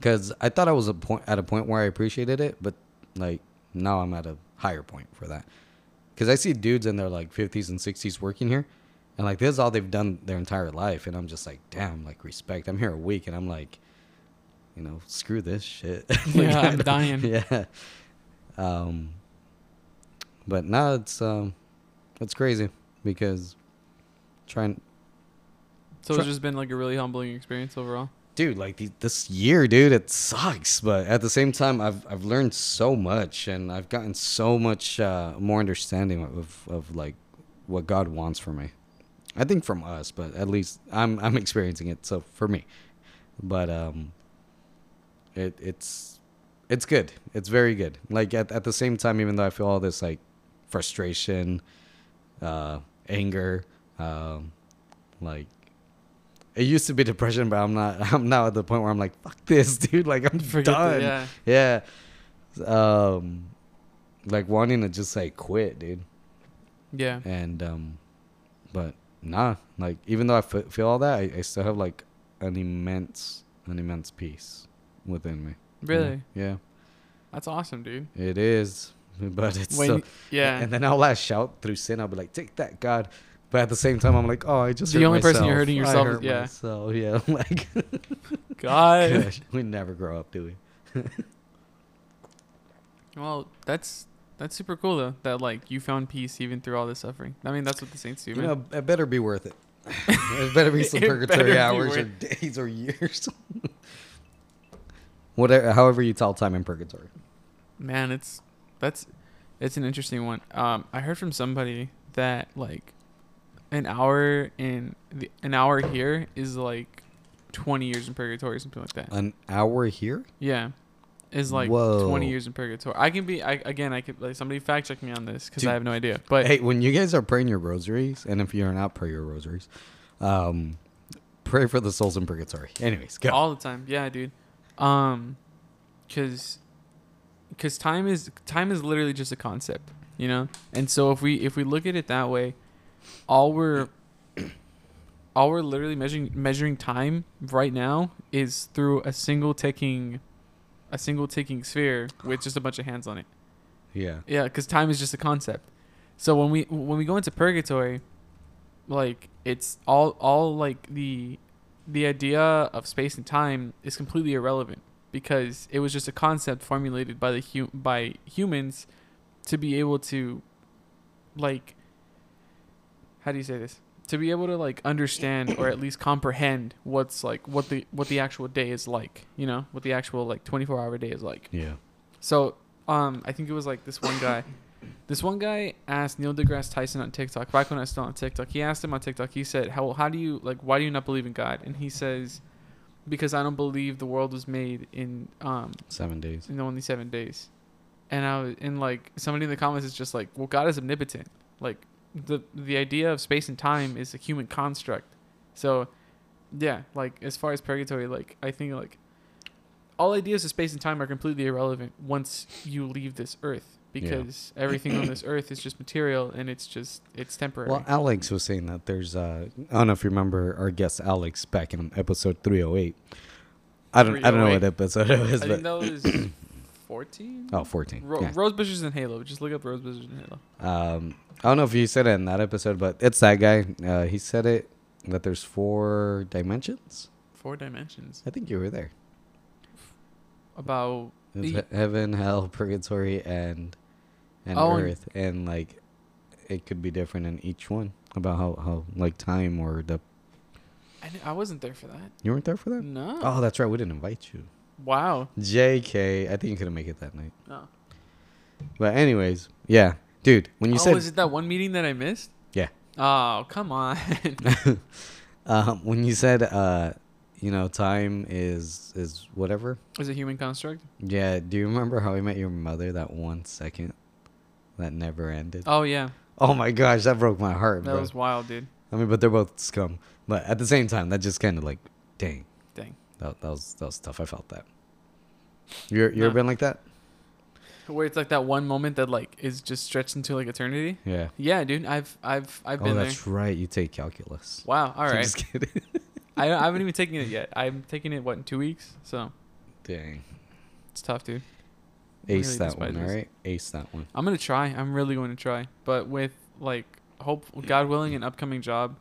Speaker 1: because I thought I was a point at a point where I appreciated it, but like now I'm at a higher point for that. Because I see dudes in their like 50s and 60s working here, and like this is all they've done their entire life, and I'm just like, damn, like respect. I'm here a week, and I'm like, you know, screw this shit. Like,
Speaker 2: Yeah,
Speaker 1: I
Speaker 2: I'm
Speaker 1: don't-
Speaker 2: dying.
Speaker 1: Yeah. Um. But now it's um, it's crazy because trying
Speaker 2: so it's just been like a really humbling experience overall.
Speaker 1: dude, like the, this year, dude, it sucks. But at the same time, I've I've learned so much, and I've gotten so much uh, more understanding of of like what God wants for me. I think from us, but at least I'm I'm experiencing it. So for me, but um, it it's it's good. It's very good. Like at at the same time, even though I feel all this like frustration, uh, anger, um, Like it used to be depression, but I'm not. I'm now at the point where I'm like, fuck this, dude. Like I'm
Speaker 2: Forget
Speaker 1: done.
Speaker 2: that. Yeah.
Speaker 1: yeah. Um, like wanting to just like quit, dude.
Speaker 2: Yeah.
Speaker 1: And um, but nah. Like even though I fe- feel all that, I, I still have like an immense, an immense peace within me. you know?
Speaker 2: Really?
Speaker 1: Yeah.
Speaker 2: That's awesome, dude.
Speaker 1: It is, but it's
Speaker 2: When,
Speaker 1: so-
Speaker 2: yeah.
Speaker 1: And then I'll lash shout through sin. I'll be like, "Take that, God." But at the same time, I'm like, "Oh, I just
Speaker 2: The
Speaker 1: hurt
Speaker 2: only person you're
Speaker 1: myself.
Speaker 2: hurting
Speaker 1: I
Speaker 2: yourself is-
Speaker 1: hurt
Speaker 2: yeah.
Speaker 1: myself." yeah. I'm like,
Speaker 2: God.
Speaker 1: gosh, we never grow up, do we?
Speaker 2: Well, that's that's super cool though. That like you found peace even through all this suffering. I mean, that's what the saints do,
Speaker 1: You
Speaker 2: man.
Speaker 1: know, it better be worth it. it better be some
Speaker 2: It better
Speaker 1: purgatory
Speaker 2: be
Speaker 1: hours or days or years. Whatever, however you tell time in purgatory.
Speaker 2: Man, it's that's it's an interesting one. Um, I heard from somebody that like an hour in the, an hour here is like twenty years in purgatory, or something like that.
Speaker 1: An hour here.
Speaker 2: Yeah, is like
Speaker 1: Whoa.
Speaker 2: twenty years in purgatory. I can be I, again. I could like somebody fact check me on this because
Speaker 1: Dude.
Speaker 2: I have no idea. But
Speaker 1: hey, when you guys are praying your rosaries, and if you're not praying your rosaries, um, pray for the souls in purgatory. Anyways, go.
Speaker 2: all the time, yeah, dude. Um, cause, cause time is time is literally just a concept, you know. And so if we if we look at it that way, all we're all we're literally measuring measuring time right now is through a single ticking, a single ticking sphere with just a bunch of hands on it.
Speaker 1: yeah.
Speaker 2: Yeah, because time is just a concept. So when we when we go into purgatory, like it's all all like the the idea of space and time is completely irrelevant because it was just a concept formulated by the hu- by humans to be able to like how do you say this to be able to like understand or at least comprehend what's like what the what the actual day is like you know what the actual like 24 hour day is like
Speaker 1: Yeah.
Speaker 2: so, um, I think it was like this one guy. this one guy asked Neil deGrasse Tyson on TikTok. Back when I was still on TikTok, he asked him on TikTok. He said, "How how do you like? Why do you not believe in God?" And he says, "Because I don't believe the world was made in um
Speaker 1: Seven days.
Speaker 2: in only seven days." And I was and like somebody in the comments is just like, "Well, God is omnipotent. Like the the idea of space and time is a human construct." So, yeah, like as far as purgatory, like I think like all ideas of space and time are completely irrelevant once you leave this earth because everything on this earth is just material and it's just it's temporary.
Speaker 1: Well, Alex was saying that there's, uh, I don't know if you remember our guest Alex back in episode 308. I don't, I don't know what
Speaker 2: 308?
Speaker 1: episode it
Speaker 2: I
Speaker 1: was,
Speaker 2: think
Speaker 1: but
Speaker 2: that was fourteen.
Speaker 1: oh, 14.
Speaker 2: Ro-
Speaker 1: yeah.
Speaker 2: Rose bushes and Halo. Just look up Rose bushes and Halo.
Speaker 1: um, I don't know if you said it in that episode, but it's that guy. Uh, he said it that there's four dimensions.
Speaker 2: Four dimensions.
Speaker 1: I think you were there.
Speaker 2: About
Speaker 1: It was
Speaker 2: Ye-
Speaker 1: he- heaven, hell, purgatory, and and
Speaker 2: Oh, and-
Speaker 1: earth, and like it could be different in each one about how how like time or the
Speaker 2: I, kn- I wasn't there for that.
Speaker 1: you weren't there for that.
Speaker 2: No.
Speaker 1: Oh, that's right. We didn't invite you.
Speaker 2: Wow.
Speaker 1: JK, I think you couldn't make it that night.
Speaker 2: No.
Speaker 1: But anyways, yeah, dude. When you
Speaker 2: oh,
Speaker 1: said
Speaker 2: was it that one meeting that I missed?
Speaker 1: Yeah.
Speaker 2: Oh, come on.
Speaker 1: um, when you said uh, you know time is is whatever.
Speaker 2: was it human construct?
Speaker 1: Yeah. Do you remember how we met your mother? That one second that never ended. Oh,
Speaker 2: Oh yeah,
Speaker 1: my gosh, that broke my heart,
Speaker 2: that
Speaker 1: bro.
Speaker 2: was wild, dude.
Speaker 1: I mean, but they're both scum. But at the same time, that just kind of like, dang,
Speaker 2: Dang.
Speaker 1: that, that was that was tough. I felt that. You you ever
Speaker 2: Nah.
Speaker 1: been like that?
Speaker 2: Where it's like that one moment that like is just stretched into like eternity.
Speaker 1: Yeah.
Speaker 2: Yeah, dude. I've I've I've
Speaker 1: oh,
Speaker 2: been there.
Speaker 1: that's right. You take calculus.
Speaker 2: Wow. All
Speaker 1: I'm
Speaker 2: right.
Speaker 1: Just kidding.
Speaker 2: I, I haven't even taken it yet. I'm taking it what in two weeks, so
Speaker 1: dang.
Speaker 2: it's tough, dude.
Speaker 1: Ace
Speaker 2: Really
Speaker 1: that one.
Speaker 2: despise
Speaker 1: All
Speaker 2: this.
Speaker 1: right. Ace that one.
Speaker 2: I'm gonna try. I'm really going to try. But with like hope, God willing, an upcoming job,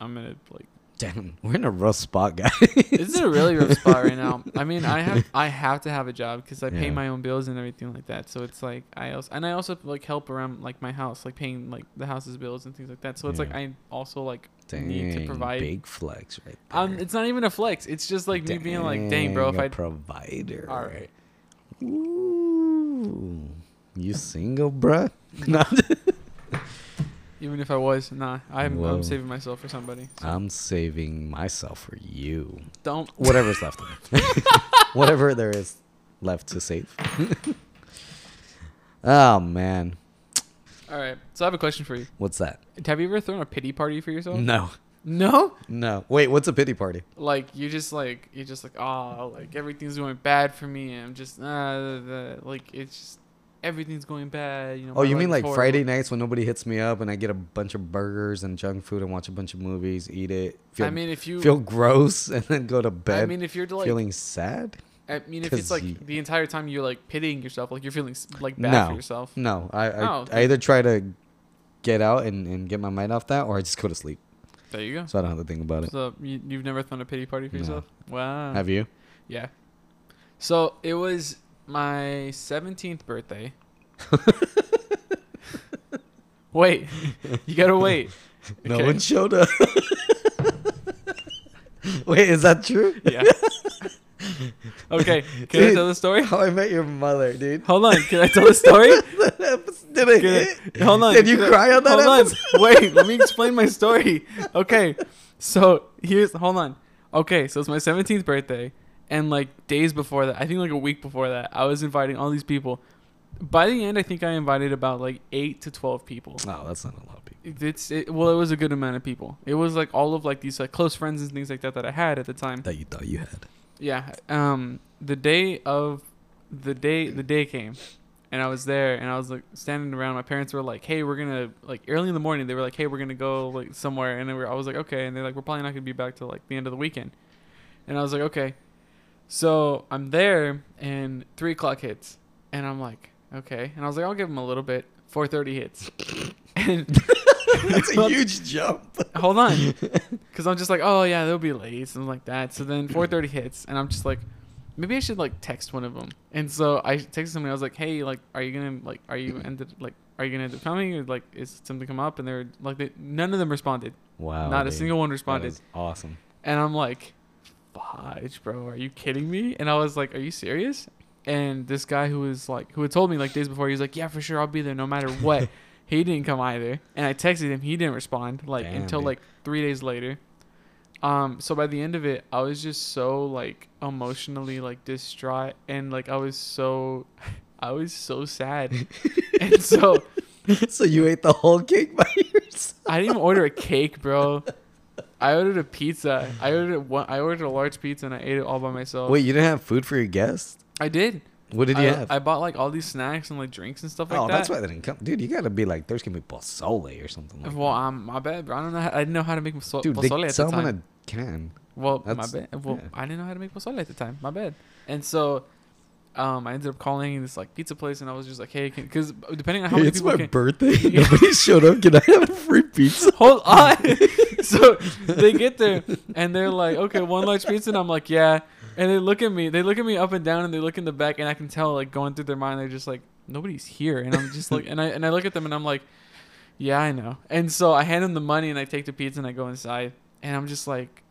Speaker 2: I'm gonna like.
Speaker 1: Damn, we're in a rough spot, guys.
Speaker 2: This is a really rough spot right now. I mean, I have I have to have a job because I pay
Speaker 1: Yeah.
Speaker 2: my own bills and everything like that. So it's like I also and I also like help around like my house, like paying like the house's bills and things like that. So it's like
Speaker 1: Yeah.
Speaker 2: I also like
Speaker 1: Dang,
Speaker 2: need to provide.
Speaker 1: big flex right there.
Speaker 2: um, it's not even a flex. It's just like me being like, dang, bro, if
Speaker 1: a
Speaker 2: I
Speaker 1: provider.
Speaker 2: all right.
Speaker 1: Ooh, you single, bruh? No, I'm just-
Speaker 2: Even if I was, nah, I'm,
Speaker 1: Whoa.
Speaker 2: I'm saving myself for somebody. So
Speaker 1: I'm saving myself for you.
Speaker 2: don't.
Speaker 1: whatever's left of it. whatever there is left to save oh man
Speaker 2: All right. So I have a question for you.
Speaker 1: what's that
Speaker 2: Oh. Have you ever thrown a pity party for yourself?
Speaker 1: no
Speaker 2: No,
Speaker 1: No. Wait, what's a pity party?
Speaker 2: like you just like you just like oh like everything's going bad for me. I'm just uh the, like it's just everything's going bad. You know.
Speaker 1: Oh,
Speaker 2: my
Speaker 1: you
Speaker 2: life
Speaker 1: mean
Speaker 2: is
Speaker 1: like
Speaker 2: horrible.
Speaker 1: Friday nights when nobody hits me up and I get a bunch of burgers and junk food and watch a bunch of movies, eat it, feel,
Speaker 2: I mean, if you
Speaker 1: feel gross, and then go to bed
Speaker 2: I mean, if you're like
Speaker 1: feeling sad?
Speaker 2: I mean, if it's
Speaker 1: 'Cause
Speaker 2: like
Speaker 1: you-
Speaker 2: the entire time you're like pitying yourself, like you're feeling s- like bad for
Speaker 1: No.
Speaker 2: yourself.
Speaker 1: No, I I,
Speaker 2: Oh, okay.
Speaker 1: I either try to get out and, and get my mind off that, or I just go to sleep,
Speaker 2: There you go.
Speaker 1: so I don't have to think about it.
Speaker 2: So you, you've never thrown a pity party for
Speaker 1: No.
Speaker 2: yourself? Wow.
Speaker 1: Have you?
Speaker 2: yeah. So it was my 17th birthday. wait, you gotta wait.
Speaker 1: No
Speaker 2: Okay.
Speaker 1: one showed up. Wait, is that true?
Speaker 2: Yeah. okay, can I
Speaker 1: Dude.
Speaker 2: tell the story?
Speaker 1: How I Met Your Mother, dude.
Speaker 2: Hold on, can I tell the story?
Speaker 1: That episode- Did it
Speaker 2: Can
Speaker 1: hit?
Speaker 2: I- hold on.
Speaker 1: Did you
Speaker 2: can I-
Speaker 1: cry on that
Speaker 2: Hold
Speaker 1: episode?
Speaker 2: on. Wait, let me explain my story. Okay. So here's hold on. Okay, so it's my seventeenth birthday, and like days before that, I think like a week before that, I was inviting all these people. By the end, I think I invited about like eight to twelve people.
Speaker 1: No, that's not a lot of people.
Speaker 2: It- It's it, well, it was a good amount of people. It was like all of like these like close friends and things like that that I had at the time.
Speaker 1: That you thought you had.
Speaker 2: Yeah. Um. The day of, the day the day came, and I was there, and I was like standing around. My parents were like, "Hey, we're gonna like early in the morning." They were like, "Hey, we're gonna go like somewhere," and they were, I was like, "Okay," and they're like, "We're probably not gonna be back till like the end of the weekend," and I was like, "Okay." So I'm there, and three o'clock hits, and I'm like, "Okay," and I was like, "I'll give them a little bit." Four thirty hits, and
Speaker 1: That's a
Speaker 2: Well-
Speaker 1: huge jump.
Speaker 2: hold on because i'm just like oh yeah they'll be late something like that so then 4.30 hits and i'm just like maybe i should like text one of them and so i texted somebody i was like hey like are you gonna like are you ended like are you gonna end up coming or like is something come up and they're like they, none of them responded
Speaker 1: Wow.
Speaker 2: not a
Speaker 1: dude.
Speaker 2: single one
Speaker 1: That
Speaker 2: responded
Speaker 1: is awesome.
Speaker 2: and i'm like fudge bro are you kidding me and i was like are you serious and this guy who was like who had told me like days before he was like yeah for sure i'll be there no matter what he didn't come either and i texted him he didn't respond like
Speaker 1: Damn,
Speaker 2: until
Speaker 1: dude.
Speaker 2: like three days later um so by the end of it i was just so like emotionally like distraught and like i was so i was so sad and so
Speaker 1: so you ate the whole cake by yourself.
Speaker 2: I didn't even order a cake, bro. I ordered a pizza. I ordered one. I ordered a large pizza and I ate it all by myself.
Speaker 1: Wait, you didn't have food for your guests?
Speaker 2: I did.
Speaker 1: What did you
Speaker 2: I,
Speaker 1: have?
Speaker 2: I bought like all these snacks and like drinks and stuff like
Speaker 1: oh,
Speaker 2: that.
Speaker 1: that's why they didn't come, dude. You gotta be like, there's gonna be pozole or something. Like
Speaker 2: Well, um, my bad, bro. I don't know. How, I didn't know how to make
Speaker 1: that.
Speaker 2: pozole,
Speaker 1: dude,
Speaker 2: pozole
Speaker 1: they
Speaker 2: at
Speaker 1: sell
Speaker 2: the
Speaker 1: them
Speaker 2: time.
Speaker 1: in a can.
Speaker 2: well, my
Speaker 1: that's-
Speaker 2: bad. Well,
Speaker 1: yeah.
Speaker 2: I didn't know how to make pozole at the time. My bad. And so, um, I ended up calling this like pizza place and I was just like, hey, because depending on how
Speaker 1: Hey,
Speaker 2: many
Speaker 1: it's
Speaker 2: people
Speaker 1: my
Speaker 2: came-
Speaker 1: birthday.
Speaker 2: Yeah.
Speaker 1: Nobody showed up. Can I have a free pizza?
Speaker 2: Hold on. so they get there and they're like, okay, one large pizza. And I'm like, yeah. And they look at me. They look at me up and down and they look in the back. And I can tell, like, going through their mind, they're just like, nobody's here. And I'm just like, and I, and I look at them and I'm like, yeah, I know. And so I hand them the money and I take the pizza and I go inside. And I'm just like,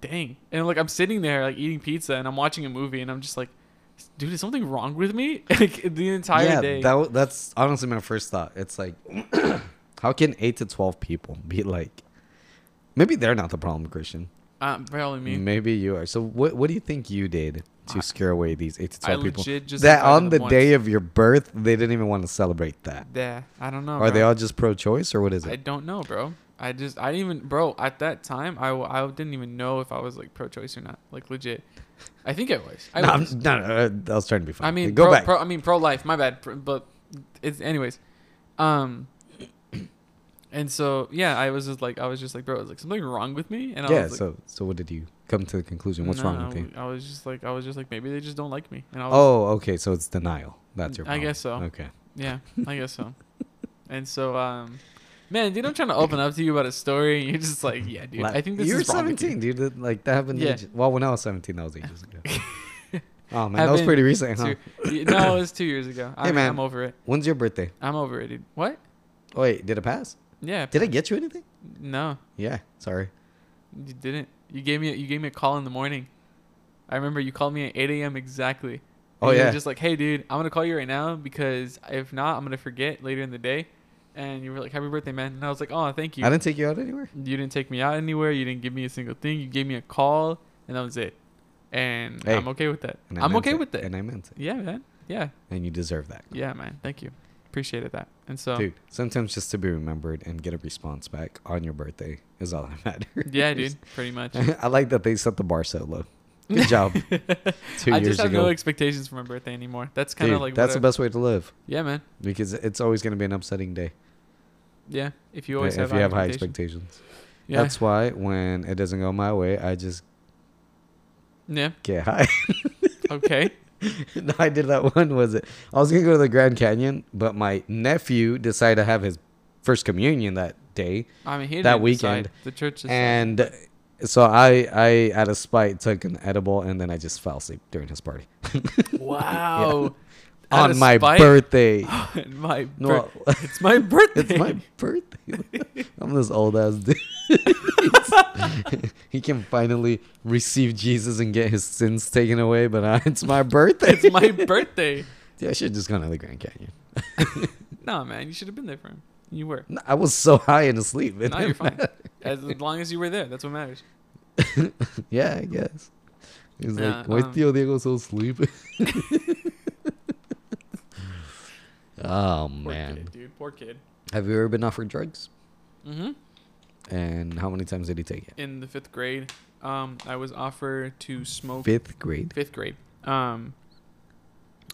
Speaker 2: dang. And like, I'm sitting there, like, eating pizza and I'm watching a movie. And I'm just like, dude, is something wrong with me? like, the entire
Speaker 1: yeah,
Speaker 2: day.
Speaker 1: that w- that's honestly my first thought. It's like, how can eight to twelve people be like? Maybe they're not the problem, Christian.
Speaker 2: um, probably me.
Speaker 1: Maybe you are. So what what do you think you did to
Speaker 2: I-
Speaker 1: scare away these eight to
Speaker 2: I
Speaker 1: twelve people?
Speaker 2: legit just
Speaker 1: that
Speaker 2: invited
Speaker 1: on the
Speaker 2: them once.
Speaker 1: day of your birth they didn't even want to celebrate that.
Speaker 2: Yeah, I don't know.
Speaker 1: Are they
Speaker 2: bro.
Speaker 1: all just pro-choice or what is
Speaker 2: I
Speaker 1: it?
Speaker 2: don't know, bro. I just I didn't even bro at that time I, w- I didn't even know if I was like pro-choice or not like legit. I think I was. I
Speaker 1: no, I'm-
Speaker 2: was.
Speaker 1: no, no, uh, I was trying to be funny.
Speaker 2: I mean
Speaker 1: go
Speaker 2: pro,
Speaker 1: back.
Speaker 2: pro- I mean pro-life. My bad. Pro- but it's anyways. Um. And so yeah, I was just like I was just like bro, is like something wrong with me? And I
Speaker 1: yeah.
Speaker 2: was like,
Speaker 1: so so what did you come to the conclusion? What's wrong with
Speaker 2: "Nah,
Speaker 1: you?
Speaker 2: I was just like I was just like maybe they just don't like me. And I was,
Speaker 1: Oh, okay. So it's denial. That's your.
Speaker 2: I
Speaker 1: Problem.
Speaker 2: guess so.
Speaker 1: Okay.
Speaker 2: Yeah, I guess so. and so um. Man, dude, I'm trying to open up to you about a story, and you're just like, yeah, dude.
Speaker 1: Like,
Speaker 2: I think this
Speaker 1: you
Speaker 2: is
Speaker 1: were
Speaker 2: wrong with you.
Speaker 1: 17, dude. That- Like that happened.
Speaker 2: Yeah.
Speaker 1: Ages. Well, when I was 17, that was ages ago. oh man, that was
Speaker 2: Happened
Speaker 1: pretty recent, huh?
Speaker 2: Two- y- no, it was two years ago. I
Speaker 1: Hey,
Speaker 2: mean,
Speaker 1: man.
Speaker 2: I'm over it.
Speaker 1: When's your birthday?
Speaker 2: I'm over it, dude. What?
Speaker 1: Oh, wait, did it pass?
Speaker 2: Yeah.
Speaker 1: Did I get you anything?
Speaker 2: No,
Speaker 1: Yeah. Sorry.
Speaker 2: you didn't. You gave me. A, you gave me a call in the morning. I remember you called me at 8 a.m. exactly. And
Speaker 1: Oh
Speaker 2: you were
Speaker 1: yeah.
Speaker 2: just like, hey, dude, I'm gonna call you right now because if not, I'm gonna forget later in the day. And you were like, happy birthday, man. And I was like, oh, thank you.
Speaker 1: I didn't take you out anywhere.
Speaker 2: you didn't take me out anywhere. You didn't give me a single thing. You gave me a call, and that was it. And
Speaker 1: Hey.
Speaker 2: I'm okay with that.
Speaker 1: And I
Speaker 2: I'm
Speaker 1: meant
Speaker 2: okay
Speaker 1: it,
Speaker 2: with that.
Speaker 1: And I meant it.
Speaker 2: yeah, man. Yeah,
Speaker 1: And you deserve that.
Speaker 2: yeah, man. Thank you. appreciated that. And so,
Speaker 1: Dude, sometimes just to be remembered and get a response back on your birthday is all that matters.
Speaker 2: yeah, dude, pretty much.
Speaker 1: I like that they set the bar so low. Good job. Two
Speaker 2: I
Speaker 1: years
Speaker 2: just have
Speaker 1: ago.
Speaker 2: no expectations for my birthday anymore. That's kind
Speaker 1: Dude,
Speaker 2: of like
Speaker 1: that's
Speaker 2: what
Speaker 1: the
Speaker 2: I-
Speaker 1: best way to live
Speaker 2: Yeah, man.
Speaker 1: because it's always going to be an upsetting day uh,
Speaker 2: Yeah, if you always
Speaker 1: if
Speaker 2: have
Speaker 1: you have high
Speaker 2: expectations.
Speaker 1: expectations.
Speaker 2: Yeah,
Speaker 1: That's why when it doesn't go my way, I just
Speaker 2: yeah.
Speaker 1: get high.
Speaker 2: Okay.
Speaker 1: no, I did that one. Was it? I was gonna go to the Grand Canyon, but my nephew decided to have his first communion that day,
Speaker 2: I mean, he
Speaker 1: That
Speaker 2: didn't decide.
Speaker 1: weekend.
Speaker 2: the church is
Speaker 1: and so I, I out of spite took an edible, and then I just fell asleep during his party
Speaker 2: wow. Out
Speaker 1: on
Speaker 2: of
Speaker 1: my
Speaker 2: spite?
Speaker 1: birthday.
Speaker 2: On my
Speaker 1: No,
Speaker 2: bir- it's my birthday.
Speaker 1: it's my birthday. I'm this old ass dude. he can finally receive Jesus and get his sins taken away, but uh, it's my birthday.
Speaker 2: it's my birthday.
Speaker 1: yeah, I should just gone to the Grand Canyon.
Speaker 2: No, man, you should have been there for him. You were.
Speaker 1: No, I was so high and asleep. it
Speaker 2: No,
Speaker 1: didn't
Speaker 2: you're fine.
Speaker 1: matter.
Speaker 2: As long as you were there, that's what matters.
Speaker 1: yeah, I guess. He's like,
Speaker 2: Yeah,
Speaker 1: why
Speaker 2: um,
Speaker 1: Tio Diego so sleepy? oh
Speaker 2: Poor
Speaker 1: man,
Speaker 2: kid, dude. Poor kid.
Speaker 1: have you ever been offered drugs?
Speaker 2: Mm-hmm.
Speaker 1: And how many times did he take it?
Speaker 2: In the fifth grade, um, I was offered to smoke.
Speaker 1: Fifth grade.
Speaker 2: fifth grade. Um,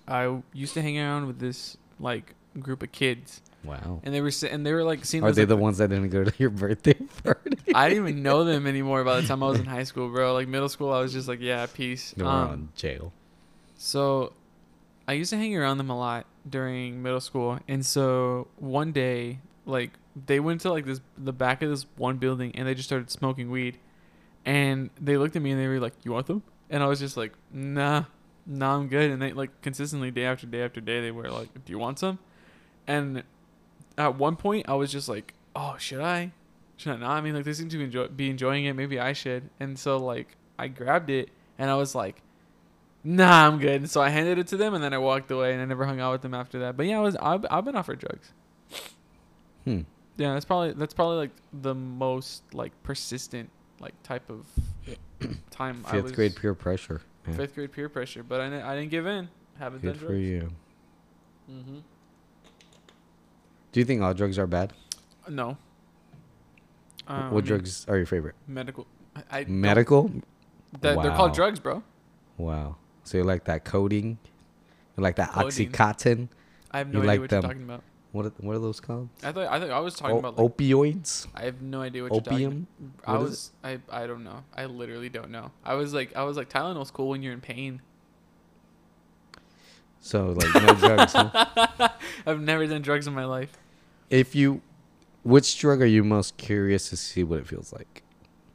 Speaker 2: I w- used to hang around with this like group of kids,
Speaker 1: Wow.
Speaker 2: and they were si- and they were like seeing.
Speaker 1: Are they the ones that didn't go to your birthday party?
Speaker 2: I didn't even know them anymore by the time I was in high school, bro. Like middle school, I was just like, yeah, peace.
Speaker 1: They were
Speaker 2: Um,
Speaker 1: on jail.
Speaker 2: so I used to hang around them a lot during middle school, and so one day, like they went to like this the back of this one building, and they just started smoking weed, and they looked at me and they were like, "You want them?" And I was just like, "Nah, nah, I'm good." And they like consistently day after day after day, they were like, "Do you want some?" And at one point, I was just like, "Oh, should I? Should I not?" I mean, like they seem to enjoy be enjoying it. Maybe I should. And so like I grabbed it and I was like, "Nah, I'm good." And so I handed it to them and then I walked away and I never hung out with them after that. But yeah, I was I've, I've been offered drugs.
Speaker 1: Hmm.
Speaker 2: Yeah, that's probably that's probably like the most like persistent like type of time. I
Speaker 1: Fifth
Speaker 2: was,
Speaker 1: grade peer pressure. man.
Speaker 2: fifth grade peer pressure, but I, didn't- I didn't give in. Haven't
Speaker 1: Good
Speaker 2: done
Speaker 1: for
Speaker 2: drugs.
Speaker 1: you.
Speaker 2: hmm
Speaker 1: Do you think all drugs are bad?
Speaker 2: No. Uh, I
Speaker 1: what
Speaker 2: mean,
Speaker 1: drugs are your favorite?
Speaker 2: Medical. I, I don't-
Speaker 1: Medical?
Speaker 2: That, They're called
Speaker 1: Wow.
Speaker 2: drugs, bro.
Speaker 1: Wow. So you like that coding? You like that
Speaker 2: Codeine.
Speaker 1: oxycontin?
Speaker 2: I have
Speaker 1: You
Speaker 2: no idea
Speaker 1: like
Speaker 2: what
Speaker 1: them.
Speaker 2: you're talking about.
Speaker 1: What are, what are those called?
Speaker 2: I thought I thought I was talking
Speaker 1: O-
Speaker 2: about like
Speaker 1: opioids?
Speaker 2: I have no idea what you're talking.
Speaker 1: Opium?
Speaker 2: About. I
Speaker 1: What is
Speaker 2: was I I don't know. I literally don't know. I was like I was like Tylenol's cool when you're in pain.
Speaker 1: So like no drugs. huh?
Speaker 2: I've never done drugs in my life.
Speaker 1: If you, which drug are you most curious to see what it feels like?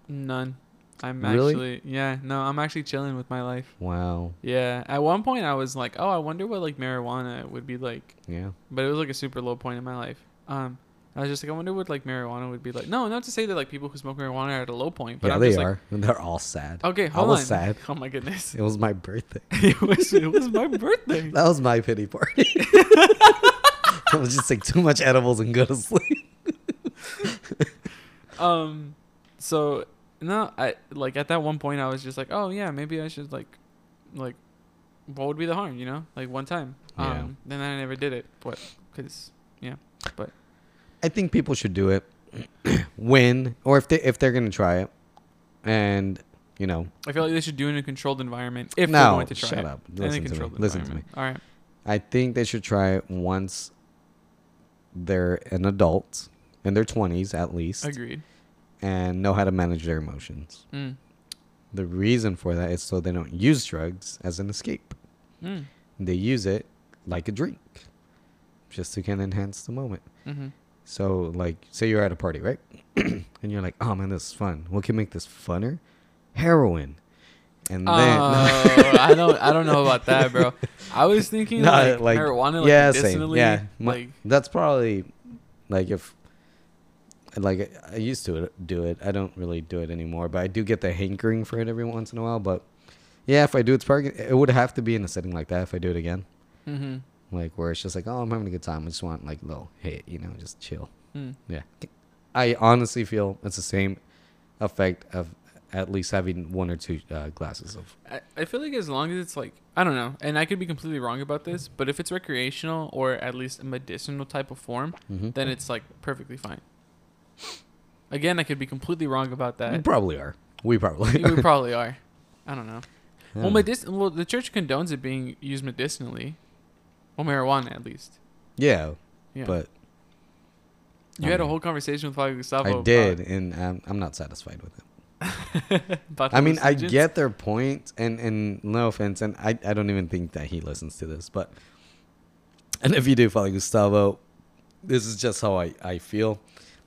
Speaker 2: None. I'm
Speaker 1: Really?
Speaker 2: actually yeah no I'm actually chilling with my life.
Speaker 1: Wow.
Speaker 2: Yeah. At one point I was like oh I wonder what like marijuana would be like
Speaker 1: Yeah.
Speaker 2: but it was like a super low point in my life. Um, I was just like, I wonder what like marijuana would be like. No, not to say that like people who smoke marijuana are at a low point, but
Speaker 1: yeah,
Speaker 2: I'm
Speaker 1: they
Speaker 2: just
Speaker 1: are. They're all sad.
Speaker 2: like, okay,
Speaker 1: I
Speaker 2: hold
Speaker 1: was
Speaker 2: on.
Speaker 1: sad.
Speaker 2: Oh my goodness,
Speaker 1: It was my birthday.
Speaker 2: it was it was my birthday.
Speaker 1: That was my pity party. I was just like too much edibles and go to sleep.
Speaker 2: Um, so no, I like at that one point I was just like, oh yeah, maybe I should like, like, what would be the harm, you know? Like one time.
Speaker 1: Yeah.
Speaker 2: Um, then I never did it, but because yeah, but
Speaker 1: I think people should do it when or if they if they're gonna try it, and you know
Speaker 2: I feel like they should do it in a controlled environment if
Speaker 1: No,
Speaker 2: they're going to try
Speaker 1: shut
Speaker 2: it.
Speaker 1: up.
Speaker 2: In a
Speaker 1: Listen to me.
Speaker 2: controlled
Speaker 1: Listen to me.
Speaker 2: environment. All right.
Speaker 1: I think they should try it once they're an adult in their 20s at least
Speaker 2: Agreed.
Speaker 1: and know how to manage their emotions.
Speaker 2: Mm.
Speaker 1: The reason for that is so they don't use drugs as an escape.
Speaker 2: Mm.
Speaker 1: They use it like a drink just to can enhance the moment.
Speaker 2: Mm-hmm.
Speaker 1: So like say you're at a party, right? and you're like, "Oh man, this is fun. What can make this funner? Heroin." And then
Speaker 2: oh, I don't, I don't know about that, bro. I was thinking
Speaker 1: No,
Speaker 2: like, marijuana, like
Speaker 1: yeah, same.
Speaker 2: medicinally,
Speaker 1: Yeah, my-
Speaker 2: like
Speaker 1: that's probably like if like I, I used to do it. I don't really do it anymore, but I do get the hankering for it every once in a while. But yeah, if I do, it's probably it would have to be in a setting like that if I do it again,
Speaker 2: mm-hmm.
Speaker 1: like where it's just like, oh, I'm having a good time. I just want like a little hit, you know, just chill.
Speaker 2: mm.
Speaker 1: Yeah, I honestly feel it's the same effect of at least having one or two uh, glasses of.
Speaker 2: I, I feel like as long as it's like I don't know, and I could be completely wrong about this, but if it's recreational or at least a medicinal type of form,
Speaker 1: Mhm.
Speaker 2: then it's like perfectly fine. Again, I could be completely wrong about
Speaker 1: We
Speaker 2: that.
Speaker 1: probably are. We probably.
Speaker 2: we probably are. I don't know.
Speaker 1: Yeah.
Speaker 2: Well, medis- well, the church condones it being used medicinally, well, marijuana at least.
Speaker 1: yeah,
Speaker 2: Yeah.
Speaker 1: but
Speaker 2: You
Speaker 1: I
Speaker 2: had a
Speaker 1: mean,
Speaker 2: whole conversation with Father Gustavo.
Speaker 1: I
Speaker 2: about-
Speaker 1: did, and um, I'm, I'm not satisfied with it.
Speaker 2: about
Speaker 1: I mean, I
Speaker 2: hallucinogens.
Speaker 1: get their point, and and no offense, and I, I don't even think that he listens to this, but and if you do, Father Gustavo, this is just how I I feel.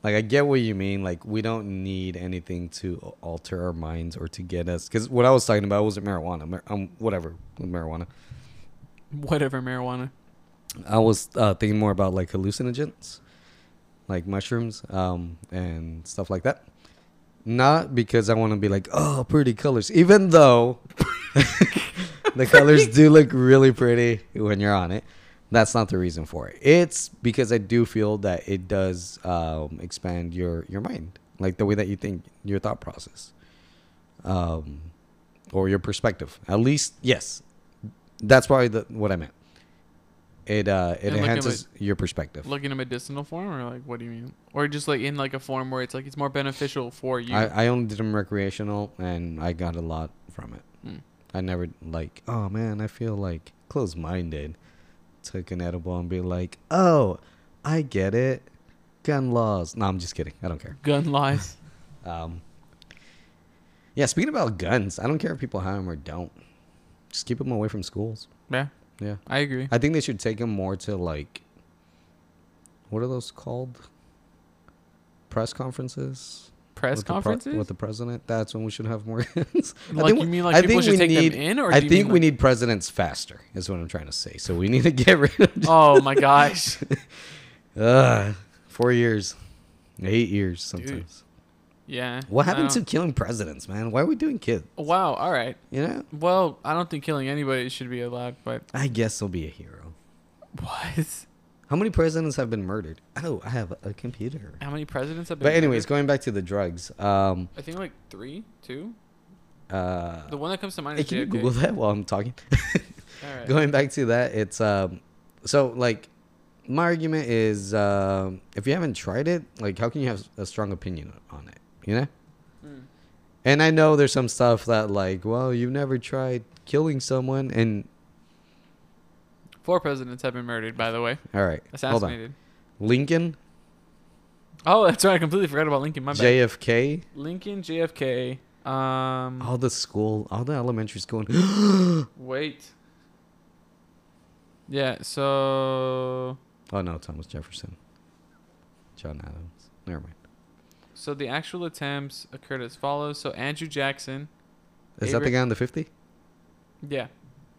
Speaker 1: Like I get what you mean. Like we don't need anything to alter our minds or to get us. Because what I was talking about wasn't marijuana. Mar- um, whatever with marijuana.
Speaker 2: whatever marijuana.
Speaker 1: I was uh, thinking more about like hallucinogens, like mushrooms, um, and stuff like that. Not because I want to be like, oh, pretty colors, even though the colors do look really pretty when you're on it. That's not the reason for it. It's because I do feel that it does um, expand your your mind, like the way that you think, your thought process, um, or your perspective. At least, yes, that's probably the, what I meant. It uh, it
Speaker 2: And look at
Speaker 1: enhances your perspective.
Speaker 2: Like in a medicinal form, or like what do you mean? Or just like in like a form where it's like it's more beneficial for you.
Speaker 1: I, I only did them recreational, and I got a lot from it.
Speaker 2: Mm.
Speaker 1: I never like, oh man, I feel like close minded. Took an edible and be like, oh, I get it. Gun laws. No, I'm just kidding. I don't care.
Speaker 2: Gun lies.
Speaker 1: Um, yeah, speaking about guns, I don't care if people have them or don't. Just keep them away from schools.
Speaker 2: yeah,
Speaker 1: Yeah.
Speaker 2: I agree.
Speaker 1: I think they should take them more to like, what are those called? Press conferences?
Speaker 2: Press
Speaker 1: with the pre-
Speaker 2: conferences.
Speaker 1: with the president. That's when we should have more guns. I
Speaker 2: like
Speaker 1: think
Speaker 2: you
Speaker 1: we-
Speaker 2: mean like
Speaker 1: I
Speaker 2: people
Speaker 1: think
Speaker 2: should
Speaker 1: we
Speaker 2: take
Speaker 1: need-
Speaker 2: them in, or
Speaker 1: I
Speaker 2: do you
Speaker 1: think
Speaker 2: mean,
Speaker 1: we
Speaker 2: like-
Speaker 1: need presidents faster. Is what I'm trying to say. So we need to get rid of.
Speaker 2: Oh my gosh,
Speaker 1: Ugh, four years, eight years sometimes.
Speaker 2: yeah.
Speaker 1: What happened
Speaker 2: no.
Speaker 1: to killing presidents, man? Why are we doing kids?
Speaker 2: Wow. All right.
Speaker 1: You know,
Speaker 2: Well, I don't think killing anybody should be allowed, but
Speaker 1: I guess he'll be a hero.
Speaker 2: what?
Speaker 1: How many presidents have been murdered? Oh, I have a computer.
Speaker 2: How many presidents have been?
Speaker 1: But anyways,
Speaker 2: murdered?
Speaker 1: going back to the drugs. Um,
Speaker 2: I think like three, two.
Speaker 1: uh,
Speaker 2: The one that comes to mind
Speaker 1: hey,
Speaker 2: is
Speaker 1: can you
Speaker 2: JFK.
Speaker 1: Google that while I'm talking?
Speaker 2: All right.
Speaker 1: going back to that it's um so like my argument is um if you haven't tried it like how can you have a strong opinion on it you know
Speaker 2: Mm.
Speaker 1: and i know there's some stuff that like well you've never tried killing someone and
Speaker 2: Four presidents have been murdered, by the way,
Speaker 1: all right hold on
Speaker 2: assassinated.
Speaker 1: lincoln
Speaker 2: Oh, that's right. I completely forgot about Lincoln. My bad.
Speaker 1: jfk
Speaker 2: Lincoln, JFK. Um,
Speaker 1: all the school all the elementary school
Speaker 2: wait. Yeah. So,
Speaker 1: oh no thomas jefferson john adams never mind
Speaker 2: so the actual attempts occurred as follows. So Andrew Jackson.
Speaker 1: is that the
Speaker 2: Abra-
Speaker 1: guy on the 50
Speaker 2: Yeah.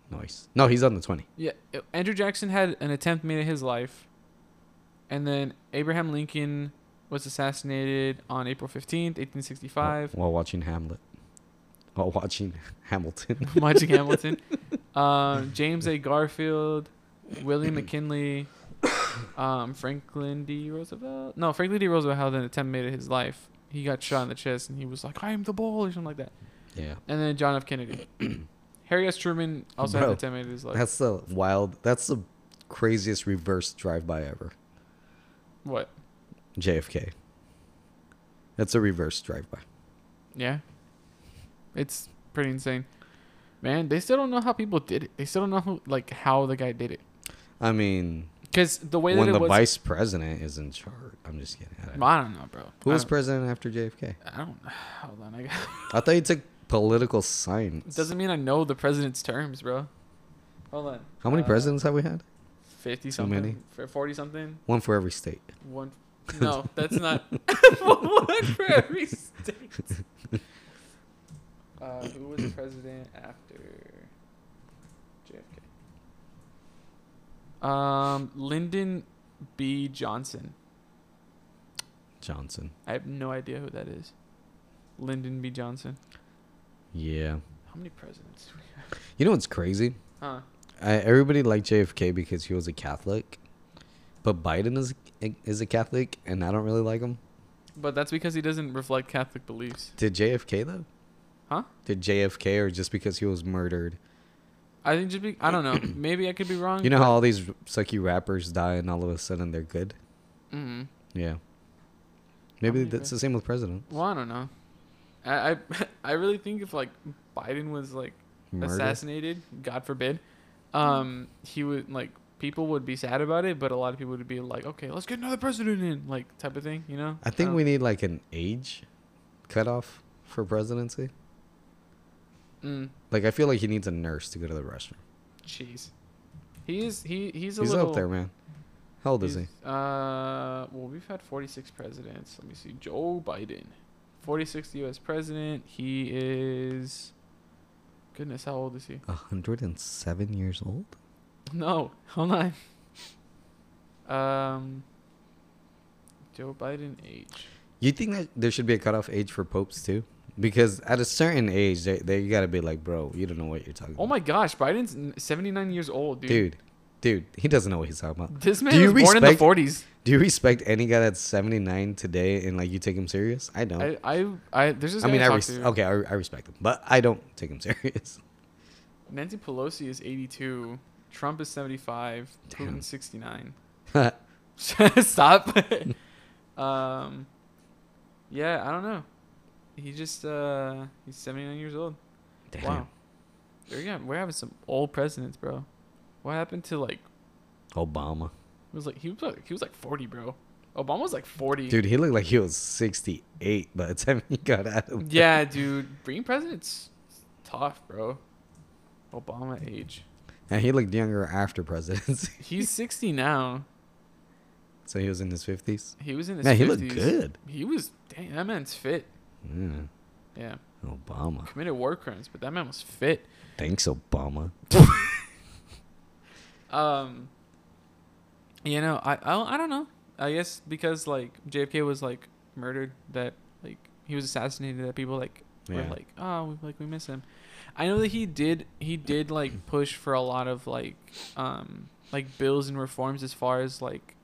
Speaker 1: nice no he's on the 20
Speaker 2: Yeah. uh, Andrew Jackson had an attempt made at his life, and then Abraham Lincoln was assassinated on April fifteenth, eighteen sixty-five.
Speaker 1: while watching hamlet while watching hamilton
Speaker 2: watching Hamilton. Um, James A. Garfield, William McKinley, um, Franklin D. Roosevelt. No, Franklin D. Roosevelt had an attempt made at his life. He got shot in the chest, and he was like, "I am the ball" or something like that.
Speaker 1: yeah
Speaker 2: And then John F. Kennedy, Harry S. Truman also had
Speaker 1: Bro,
Speaker 2: an attempt made at his life.
Speaker 1: That's the wild. That's the craziest reverse drive-by ever.
Speaker 2: what?
Speaker 1: JFK. That's a reverse drive-by.
Speaker 2: Yeah, it's pretty insane. Man, they still don't know how people did it. They still don't know who, like how the guy did it.
Speaker 1: I mean,
Speaker 2: Cause the way
Speaker 1: when
Speaker 2: that it
Speaker 1: the
Speaker 2: was,
Speaker 1: vice president is in charge. I'm just kidding. I don't know.
Speaker 2: I don't know, bro.
Speaker 1: Who
Speaker 2: I
Speaker 1: was
Speaker 2: don't-
Speaker 1: president after JFK?
Speaker 2: I don't. Hold on, I got.
Speaker 1: I thought you took political
Speaker 2: It
Speaker 1: science.
Speaker 2: doesn't mean I know the president's terms, bro. Hold on.
Speaker 1: How many
Speaker 2: Uh,
Speaker 1: presidents have we had?
Speaker 2: Fifty
Speaker 1: Too
Speaker 2: something.
Speaker 1: many?
Speaker 2: f- Forty something.
Speaker 1: One for every state.
Speaker 2: One. No, that's not one for every state. Uh, who was president after JFK? Um, Lyndon B. Johnson.
Speaker 1: Johnson.
Speaker 2: I have no idea who that is. Lyndon B. Johnson.
Speaker 1: Yeah.
Speaker 2: How many presidents? do we have?
Speaker 1: You know what's crazy?
Speaker 2: Huh.
Speaker 1: I, everybody liked JFK because he was a Catholic, but Biden is is a Catholic, and I don't really like him.
Speaker 2: But that's because he doesn't reflect Catholic beliefs.
Speaker 1: Did JFK though?
Speaker 2: Huh?
Speaker 1: Did JFK or just because he was murdered?
Speaker 2: I think just be, I don't know. Maybe I could be wrong.
Speaker 1: You know how all these sucky rappers die and all of a sudden they're good?
Speaker 2: hmm
Speaker 1: Yeah. Maybe
Speaker 2: many
Speaker 1: that's the same with president.
Speaker 2: Well, I don't know. I, I I really think if like Biden was like
Speaker 1: Murder.
Speaker 2: assassinated, God forbid, um, he would like people would be sad about it, but a lot of people would be like, okay, let's get another president in, like type of thing, you know.
Speaker 1: I think
Speaker 2: don't-
Speaker 1: we need like an age cutoff for presidency.
Speaker 2: Mm,
Speaker 1: Like I feel like he needs a nurse to go to the restroom.
Speaker 2: jeez, he is he
Speaker 1: He's,
Speaker 2: he's a little
Speaker 1: up there, man. How old is he?
Speaker 2: he's- Uh, well, we've had 46 presidents. Let me see. Joe Biden, 46th U.S. president. He is. Goodness, how old is he?
Speaker 1: A hundred and seven years old?
Speaker 2: No, hold on. Um, Joe Biden age.
Speaker 1: You think that there should be a cutoff age for popes too? Because at a certain age, they, they you gotta be like, bro, you don't know what you're talking
Speaker 2: Oh
Speaker 1: about.
Speaker 2: my gosh, Biden's n- 79 years old, dude.
Speaker 1: dude. dude, he doesn't know what he's talking about.
Speaker 2: This man
Speaker 1: Do you
Speaker 2: was born in the
Speaker 1: respect-
Speaker 2: 40s.
Speaker 1: Do you respect any guy that's 79 today and like you take him serious? I don't. I,
Speaker 2: I, I, I, there's this guy
Speaker 1: mean,
Speaker 2: I,
Speaker 1: I
Speaker 2: talked
Speaker 1: res-
Speaker 2: to.
Speaker 1: okay, I, I respect him, but I don't take him serious.
Speaker 2: Nancy Pelosi is 82. Trump is 75.
Speaker 1: Damn.
Speaker 2: Putin 69.
Speaker 1: I
Speaker 2: Stop. um, yeah, I don't know. He just uh, he's 79 years old.
Speaker 1: Damn.
Speaker 2: Wow. We're, yeah, we're having some old presidents, bro. What happened to like?
Speaker 1: Obama,
Speaker 2: It was like he was like, he was like 40, bro. Obama was like 40.
Speaker 1: dude, he looked like he was 68 by the time he got out of.
Speaker 2: Yeah, dude. Being president's tough, bro. Obama age.
Speaker 1: and he looked younger after presidency,
Speaker 2: He's 60 now.
Speaker 1: so he was in his 50s.
Speaker 2: He was in his
Speaker 1: Man,
Speaker 2: 50s.
Speaker 1: he looked good.
Speaker 2: He was. Dang, that man's fit.
Speaker 1: Yeah.
Speaker 2: Yeah,
Speaker 1: Obama,
Speaker 2: committed war crimes, but that man was fit.
Speaker 1: thanks, Obama.
Speaker 2: Um, you know, I, I I don't know. I guess because like JFK was like murdered, that like he was assassinated, that people like were
Speaker 1: Yeah.
Speaker 2: like, oh, we, like we miss him. I know that he did he did like push for a lot of like um like bills and reforms as far as like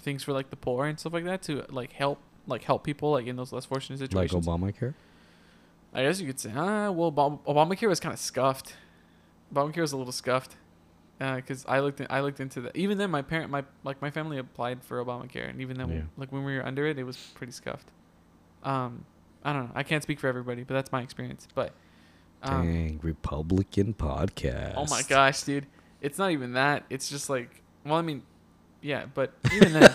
Speaker 2: things for like the poor and stuff like that to like help like help people like in those less fortunate
Speaker 1: Like
Speaker 2: situations.
Speaker 1: Obamacare.
Speaker 2: I guess you could say, ah, well, Obam- Obamacare was kind of scuffed. Obamacare was a little scuffed, because I looked, in, I looked into that. Even then, my parent, my like my family applied for Obamacare, and even then,
Speaker 1: Yeah.
Speaker 2: like when we were under it, it was pretty scuffed. Um, I don't know. I can't speak for everybody, but that's my experience. But, um,
Speaker 1: Dang, Republican podcast.
Speaker 2: oh my gosh, dude, it's not even that. It's just like, well, I mean, yeah, but even then,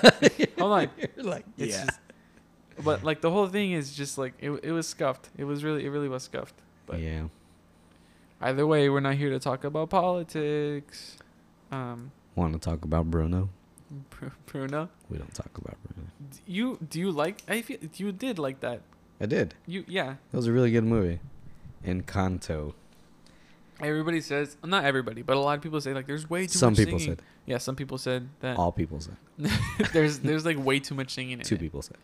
Speaker 2: hold on.
Speaker 1: You're like,
Speaker 2: It's
Speaker 1: yeah.
Speaker 2: just- but like the whole thing is just like it, it was scuffed. It was really, it really was scuffed. But
Speaker 1: yeah.
Speaker 2: Either way, we're not here to talk about politics. Um,
Speaker 1: Want to talk about Bruno?
Speaker 2: Br- Bruno,
Speaker 1: We don't talk about Bruno.
Speaker 2: d- you do you like? I feel you did like that.
Speaker 1: I did.
Speaker 2: You yeah.
Speaker 1: It was a really good movie. Encanto.
Speaker 2: Everybody says not everybody, but a lot of people say like there's way too
Speaker 1: Some
Speaker 2: much
Speaker 1: people
Speaker 2: singing. Uh,
Speaker 1: said.
Speaker 2: Yeah, some people said that
Speaker 1: All people said.
Speaker 2: there's there's like way too much singing in
Speaker 1: Two
Speaker 2: it.
Speaker 1: people said.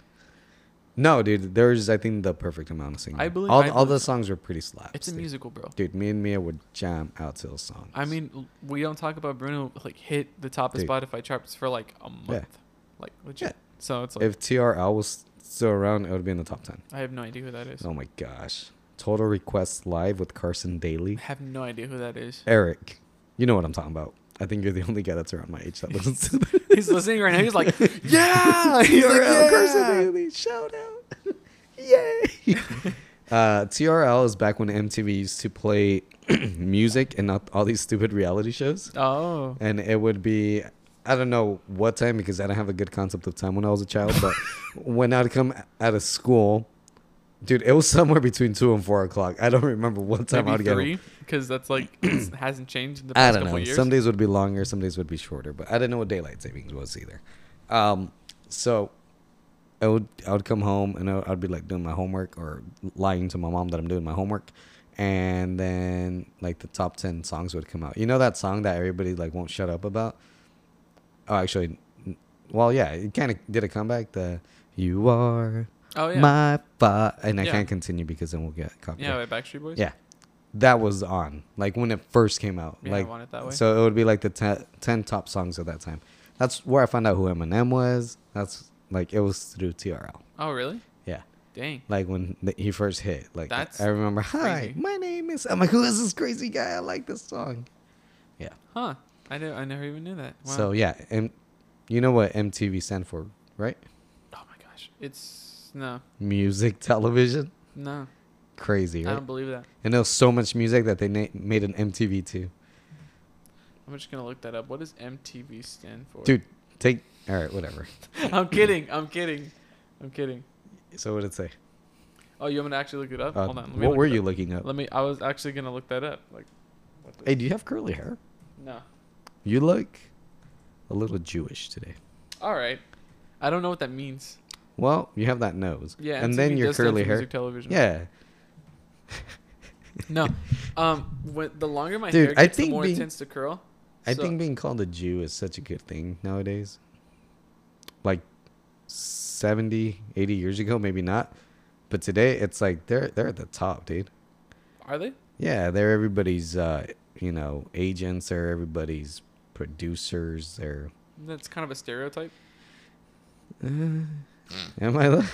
Speaker 1: No, dude. There's I think the perfect amount of singing.
Speaker 2: I believe-
Speaker 1: all,
Speaker 2: I
Speaker 1: all
Speaker 2: believe
Speaker 1: the
Speaker 2: so.
Speaker 1: songs were pretty slaps.
Speaker 2: It's a
Speaker 1: dude.
Speaker 2: musical, bro.
Speaker 1: Dude, me and Mia would jam out to those songs.
Speaker 2: I mean, l- we don't talk about Bruno like hit the top of
Speaker 1: Dude.
Speaker 2: Spotify charts for like a month, like legit.
Speaker 1: Yeah.
Speaker 2: So it's like
Speaker 1: if TRL was still around, it would be in the top ten.
Speaker 2: I have no idea who that is.
Speaker 1: Oh my gosh. Total Request Live with Carson Daly.
Speaker 2: I have no idea who that is.
Speaker 1: Eric, you know what I'm talking about. I think you're the only guy that's around my age that listens to this.
Speaker 2: He's listening right now. He's like, yeah,
Speaker 1: TRL
Speaker 2: he's like, yeah.
Speaker 1: Carson Daly, shout out. Yay. uh, TRL is back when MTV used to play music and not all these stupid reality shows.
Speaker 2: Oh,
Speaker 1: And it would be, I don't know what time because I don't have a good concept of time when I was a child, but when I'd come out of school, dude, it was somewhere between two and four o'clock. I don't remember what time I'd
Speaker 2: maybe
Speaker 1: get home.
Speaker 2: three because that's like it's- hasn't changed in the
Speaker 1: I
Speaker 2: past
Speaker 1: don't
Speaker 2: couple
Speaker 1: know.
Speaker 2: years.
Speaker 1: Some days would be longer, some days would be shorter, but I didn't know what daylight savings was either. Um, so I would I would come home and I would, I'd be like doing my homework or lying to my mom that I'm doing my homework, and then like the top ten songs would come out. You know that song that everybody like won't shut up about. Oh, actually, n- well, yeah, it kind of did a comeback. The "You Are
Speaker 2: oh yeah,
Speaker 1: My Fa," and I
Speaker 2: Yeah.
Speaker 1: can't continue because then we'll get copyright.
Speaker 2: yeah, by Backstreet Boys.
Speaker 1: Yeah. That was on like when it first came out.
Speaker 2: Yeah, I
Speaker 1: like
Speaker 2: want it that way.
Speaker 1: so it would be like the ten, 10 top songs of that time. That's where I found out who Eminem was. That's like it was through TRL.
Speaker 2: Oh really?
Speaker 1: Yeah.
Speaker 2: Dang.
Speaker 1: like when th- he first hit. Like
Speaker 2: That's
Speaker 1: I remember, hi,
Speaker 2: crazy.
Speaker 1: my name is. I'm like, who is this crazy guy? I like this song. Yeah.
Speaker 2: Huh. I did I never even knew that. Wow.
Speaker 1: So yeah, and you know what MTV stand for, right?
Speaker 2: Oh my gosh. It's no.
Speaker 1: Music television.
Speaker 2: No.
Speaker 1: Crazy,
Speaker 2: I
Speaker 1: right?
Speaker 2: don't believe that.
Speaker 1: And there was so much music that they na- made an MTV too.
Speaker 2: I'm just gonna look that up. What does MTV stand for?
Speaker 1: Dude, take all right, whatever.
Speaker 2: I'm kidding. I'm kidding. I'm kidding.
Speaker 1: So what did it say?
Speaker 2: Oh, you want me to actually look it up?
Speaker 1: Uh,
Speaker 2: Hold on. Let me
Speaker 1: what
Speaker 2: look
Speaker 1: were
Speaker 2: it
Speaker 1: you
Speaker 2: up.
Speaker 1: looking up?
Speaker 2: Let me. I was actually gonna look that up. Like, what the,
Speaker 1: Hey, do you have curly hair?
Speaker 2: no.
Speaker 1: You look a little Jewish today.
Speaker 2: All right. I don't know what that means.
Speaker 1: Well, you have that nose.
Speaker 2: Yeah.
Speaker 1: and
Speaker 2: MTV
Speaker 1: then your
Speaker 2: does stand for
Speaker 1: curly hair.
Speaker 2: Music television.
Speaker 1: Yeah.
Speaker 2: No. Um. When, the longer my
Speaker 1: Dude,
Speaker 2: hair
Speaker 1: I
Speaker 2: gets,
Speaker 1: think
Speaker 2: the more
Speaker 1: being-
Speaker 2: it tends to curl.
Speaker 1: I
Speaker 2: So-
Speaker 1: think being called a Jew is such a good thing nowadays. Like 70, 80 years ago, maybe not. But today it's like they're they're at the top, dude.
Speaker 2: Are they?
Speaker 1: Yeah, they're everybody's uh, you know, agents, they're everybody's producers, they're
Speaker 2: That's kind of a stereotype.
Speaker 1: uh, Am I the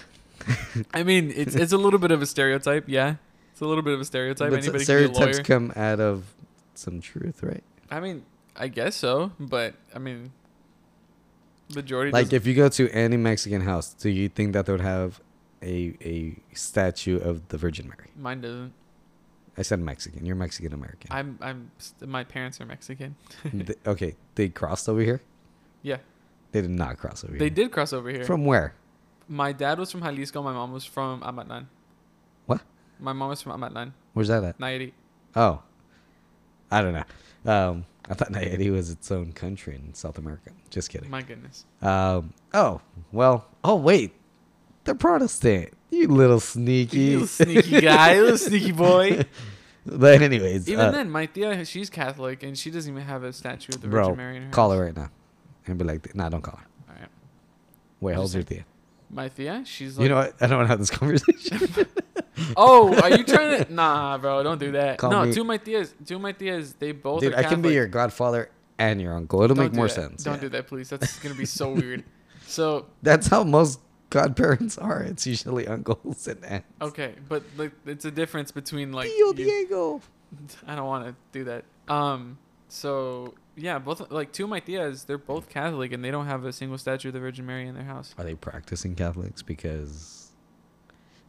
Speaker 2: I mean, it's it's a little bit of a stereotype. Yeah. It's a little bit of a stereotype.
Speaker 1: but
Speaker 2: Anybody can be a lawyer.
Speaker 1: stereotypes come out of some truth, right?
Speaker 2: I mean, I guess so, but I mean, majority
Speaker 1: like
Speaker 2: doesn't-
Speaker 1: if you go to any Mexican house, do you think that they would have a a statue of the Virgin Mary?
Speaker 2: mine doesn't.
Speaker 1: I said Mexican. You're Mexican American.
Speaker 2: I'm I'm st- my parents are Mexican.
Speaker 1: Th- okay, they crossed over here.
Speaker 2: Yeah,
Speaker 1: They did not cross over
Speaker 2: they
Speaker 1: here.
Speaker 2: did cross over here.
Speaker 1: From where?
Speaker 2: my dad was from Jalisco. My mom was from Amatlan.
Speaker 1: What?
Speaker 2: My mom was from Amatlan,
Speaker 1: Where's that at?
Speaker 2: Nayarit.
Speaker 1: Oh, I don't know. Um, I thought Haiti was its own country in South America. Just kidding.
Speaker 2: My goodness.
Speaker 1: Um, oh well. Oh wait, they're Protestant. You little sneaky.
Speaker 2: You sneaky guy, you sneaky boy.
Speaker 1: but anyways,
Speaker 2: Even
Speaker 1: uh,
Speaker 2: then, my tia, she's Catholic, and she doesn't even have a statue of the
Speaker 1: bro,
Speaker 2: Virgin Mary. In her
Speaker 1: call
Speaker 2: house.
Speaker 1: her right now, and be like, nah, don't call her.
Speaker 2: All right.
Speaker 1: Wait, how
Speaker 2: What'd
Speaker 1: old's
Speaker 2: you
Speaker 1: your thea?
Speaker 2: My tia, she's like,
Speaker 1: You know what? I don't want to have this conversation.
Speaker 2: oh, are you trying to? Nah, bro, don't do that.
Speaker 1: Call
Speaker 2: no,
Speaker 1: me-
Speaker 2: two of my tias, two of my tias, they both.
Speaker 1: Dude,
Speaker 2: are
Speaker 1: I can be
Speaker 2: Catholic.
Speaker 1: your godfather and your uncle. It'll
Speaker 2: Don't
Speaker 1: make
Speaker 2: do
Speaker 1: more
Speaker 2: that.
Speaker 1: sense.
Speaker 2: Don't
Speaker 1: yeah.
Speaker 2: do that, please. That's gonna be so weird. So
Speaker 1: That's how most godparents are. It's usually uncles and aunts.
Speaker 2: okay, but like, it's a difference between like.
Speaker 1: Tio
Speaker 2: you-
Speaker 1: Diego.
Speaker 2: I don't want to do that. Um. So yeah, both like two of my tias, they're both Catholic, and they don't have a single statue of the Virgin Mary in their house.
Speaker 1: Are they practicing Catholics? Because.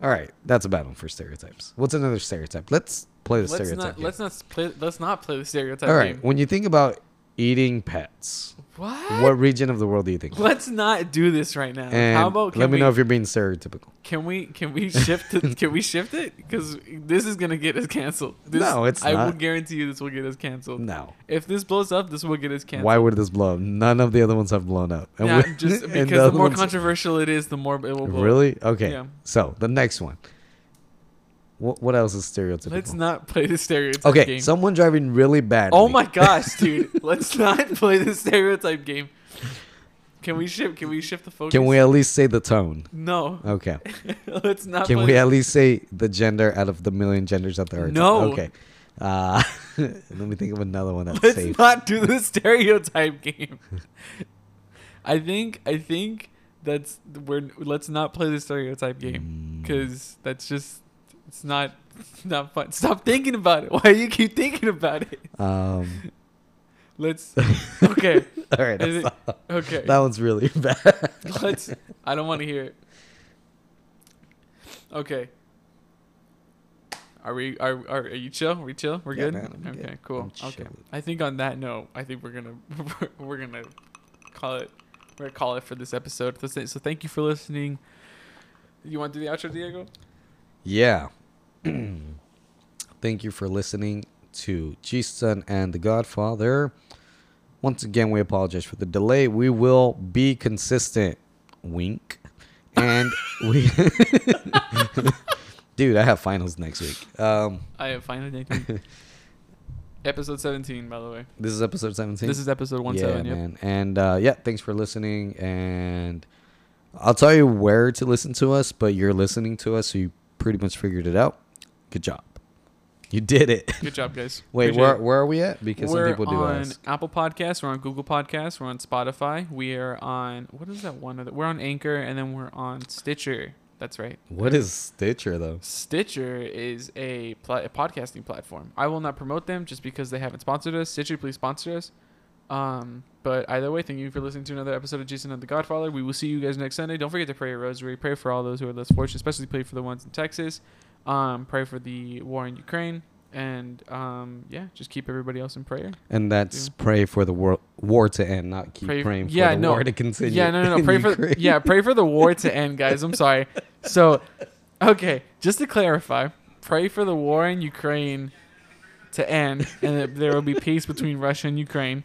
Speaker 1: All right, that's a bad one for stereotypes. What's another stereotype? Let's play the
Speaker 2: Let's
Speaker 1: stereotype.
Speaker 2: not
Speaker 1: game.
Speaker 2: let's not play let's not play the stereotype.
Speaker 1: All right,
Speaker 2: game.
Speaker 1: when you think about eating pets,
Speaker 2: What?
Speaker 1: what region of the world do you think? of?
Speaker 2: Let's not do this right now.
Speaker 1: And
Speaker 2: How about can
Speaker 1: let me
Speaker 2: we,
Speaker 1: know if you're being stereotypical.
Speaker 2: can we can we shift it? can we shift it? Because this is gonna get us canceled. This,
Speaker 1: No, it's
Speaker 2: I will
Speaker 1: not.
Speaker 2: guarantee you this will get us canceled.
Speaker 1: No.
Speaker 2: If this blows up, this will get us canceled.
Speaker 1: Why would this blow up? None of the other ones have blown up.
Speaker 2: Yeah,
Speaker 1: we-
Speaker 2: just
Speaker 1: and
Speaker 2: because
Speaker 1: the
Speaker 2: the,
Speaker 1: other
Speaker 2: more
Speaker 1: ones-
Speaker 2: controversial it is, the more it will blow.
Speaker 1: Really? Okay.
Speaker 2: Yeah.
Speaker 1: So the next one. What what else is stereotypical?
Speaker 2: Let's not play the stereotype
Speaker 1: okay,
Speaker 2: game.
Speaker 1: someone driving really bad.
Speaker 2: oh my gosh, dude! Let's not play the stereotype game. Can we shift? Can we shift the focus?
Speaker 1: Can we at least say the tone?
Speaker 2: No.
Speaker 1: Okay.
Speaker 2: Let's not.
Speaker 1: Can
Speaker 2: play
Speaker 1: we
Speaker 2: the-
Speaker 1: at least say the gender out of the million genders out there? are?
Speaker 2: No.
Speaker 1: Okay. Uh, let me think of another one that's
Speaker 2: Let's
Speaker 1: safe.
Speaker 2: not do the stereotype game. I think. I think that's we're. Let's not play the stereotype game
Speaker 1: Mm.
Speaker 2: because that's just. It's not. It's not fun. Stop thinking about it. Why do you keep thinking about it?
Speaker 1: Um.
Speaker 2: Let's. Okay.
Speaker 1: All right.
Speaker 2: Is
Speaker 1: that's
Speaker 2: it-
Speaker 1: all.
Speaker 2: Okay.
Speaker 1: That one's really bad.
Speaker 2: Let's. I don't want to hear it. Okay. Are we? Are are, are you chill? Are we chill? We're
Speaker 1: Yeah,
Speaker 2: good.
Speaker 1: man, I'm
Speaker 2: okay.
Speaker 1: good.
Speaker 2: Cool.
Speaker 1: I'm
Speaker 2: okay.
Speaker 1: chill.
Speaker 2: I think on that note, I think we're gonna we're, gonna call it. We're gonna call it for this episode. That's it. So thank you for listening. You want to do the outro, Diego?
Speaker 1: Yeah. Thank you for listening to G Son and the Godfather. Once again, we apologize for the delay. We will be consistent. Wink. And we. Dude, I have finals next week. Um,
Speaker 2: I have finally taken episode seventeen. By the way,
Speaker 1: this is episode 17.
Speaker 2: this is episode one
Speaker 1: yeah,
Speaker 2: seven. Yep.
Speaker 1: man. And uh, yeah, thanks for listening. And I'll tell you where to listen to us, but you're listening to us, so you pretty much figured it out. Good job. You did it.
Speaker 2: Good job, guys.
Speaker 1: Wait,
Speaker 2: Appreciate
Speaker 1: where,
Speaker 2: it.
Speaker 1: where are we at? Because
Speaker 2: we're
Speaker 1: some people do
Speaker 2: on
Speaker 1: ask.
Speaker 2: Apple Podcasts, we're on Google Podcasts, we're on Spotify, we are on what is that one other? We're on Anchor, and then we're on Stitcher. That's right.
Speaker 1: What is Stitcher though?
Speaker 2: Stitcher is a, pla- a podcasting platform. I will not promote them just because they haven't sponsored us. Stitcher, please sponsor us. Um, but either way, thank you for listening to another episode of Jason and the Godfather. We will see you guys next Sunday. Don't forget to pray your rosary. Pray for all those who are less fortunate, especially pray for the ones in Texas. Um, pray for the war in Ukraine. And um, yeah, just keep everybody else in prayer.
Speaker 1: And that's pray for the war, war to end, not keep
Speaker 2: Pray-
Speaker 1: praying for
Speaker 2: yeah,
Speaker 1: the
Speaker 2: no.
Speaker 1: war to continue.
Speaker 2: Yeah, no, no, no.
Speaker 1: in
Speaker 2: Pray for
Speaker 1: Ukraine.
Speaker 2: yeah, pray for the war to end, guys. I'm sorry. So, okay, just to clarify, pray for the war in Ukraine to end, and that there will be peace between Russia and Ukraine.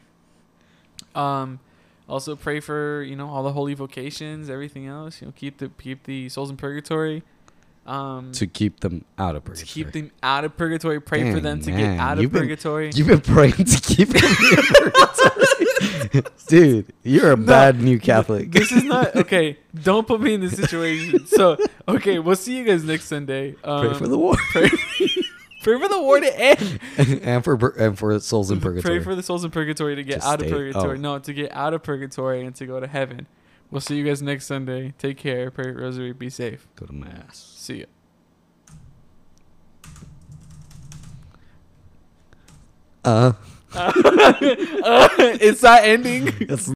Speaker 2: Um, also pray for you know all the holy vocations, everything else. You know, keep the keep the souls in purgatory. Um,
Speaker 1: to keep them out of
Speaker 2: to
Speaker 1: purgatory.
Speaker 2: keep them out of purgatory. Pray for
Speaker 1: Dang,
Speaker 2: them to
Speaker 1: man,
Speaker 2: get out
Speaker 1: you've
Speaker 2: of
Speaker 1: been-
Speaker 2: purgatory.
Speaker 1: You've been praying to keep them in purgatory. Dude, you're a
Speaker 2: No,
Speaker 1: bad new Catholic.
Speaker 2: This is not okay. Don't put me in this situation. So okay, we'll see you guys next Sunday. Um,
Speaker 1: pray for the war.
Speaker 2: pray for the war to end.
Speaker 1: and for pur- and for souls in purgatory.
Speaker 2: Pray for the souls in purgatory to get
Speaker 1: Just
Speaker 2: out of
Speaker 1: stay-
Speaker 2: purgatory.
Speaker 1: oh.
Speaker 2: No, to get out of purgatory and to go to heaven. We'll see you guys next Sunday. Take care. Pray your rosary. Be safe.
Speaker 1: Go to mass.
Speaker 2: See ya.
Speaker 1: Uh,
Speaker 2: Uh, it's not ending.
Speaker 1: it's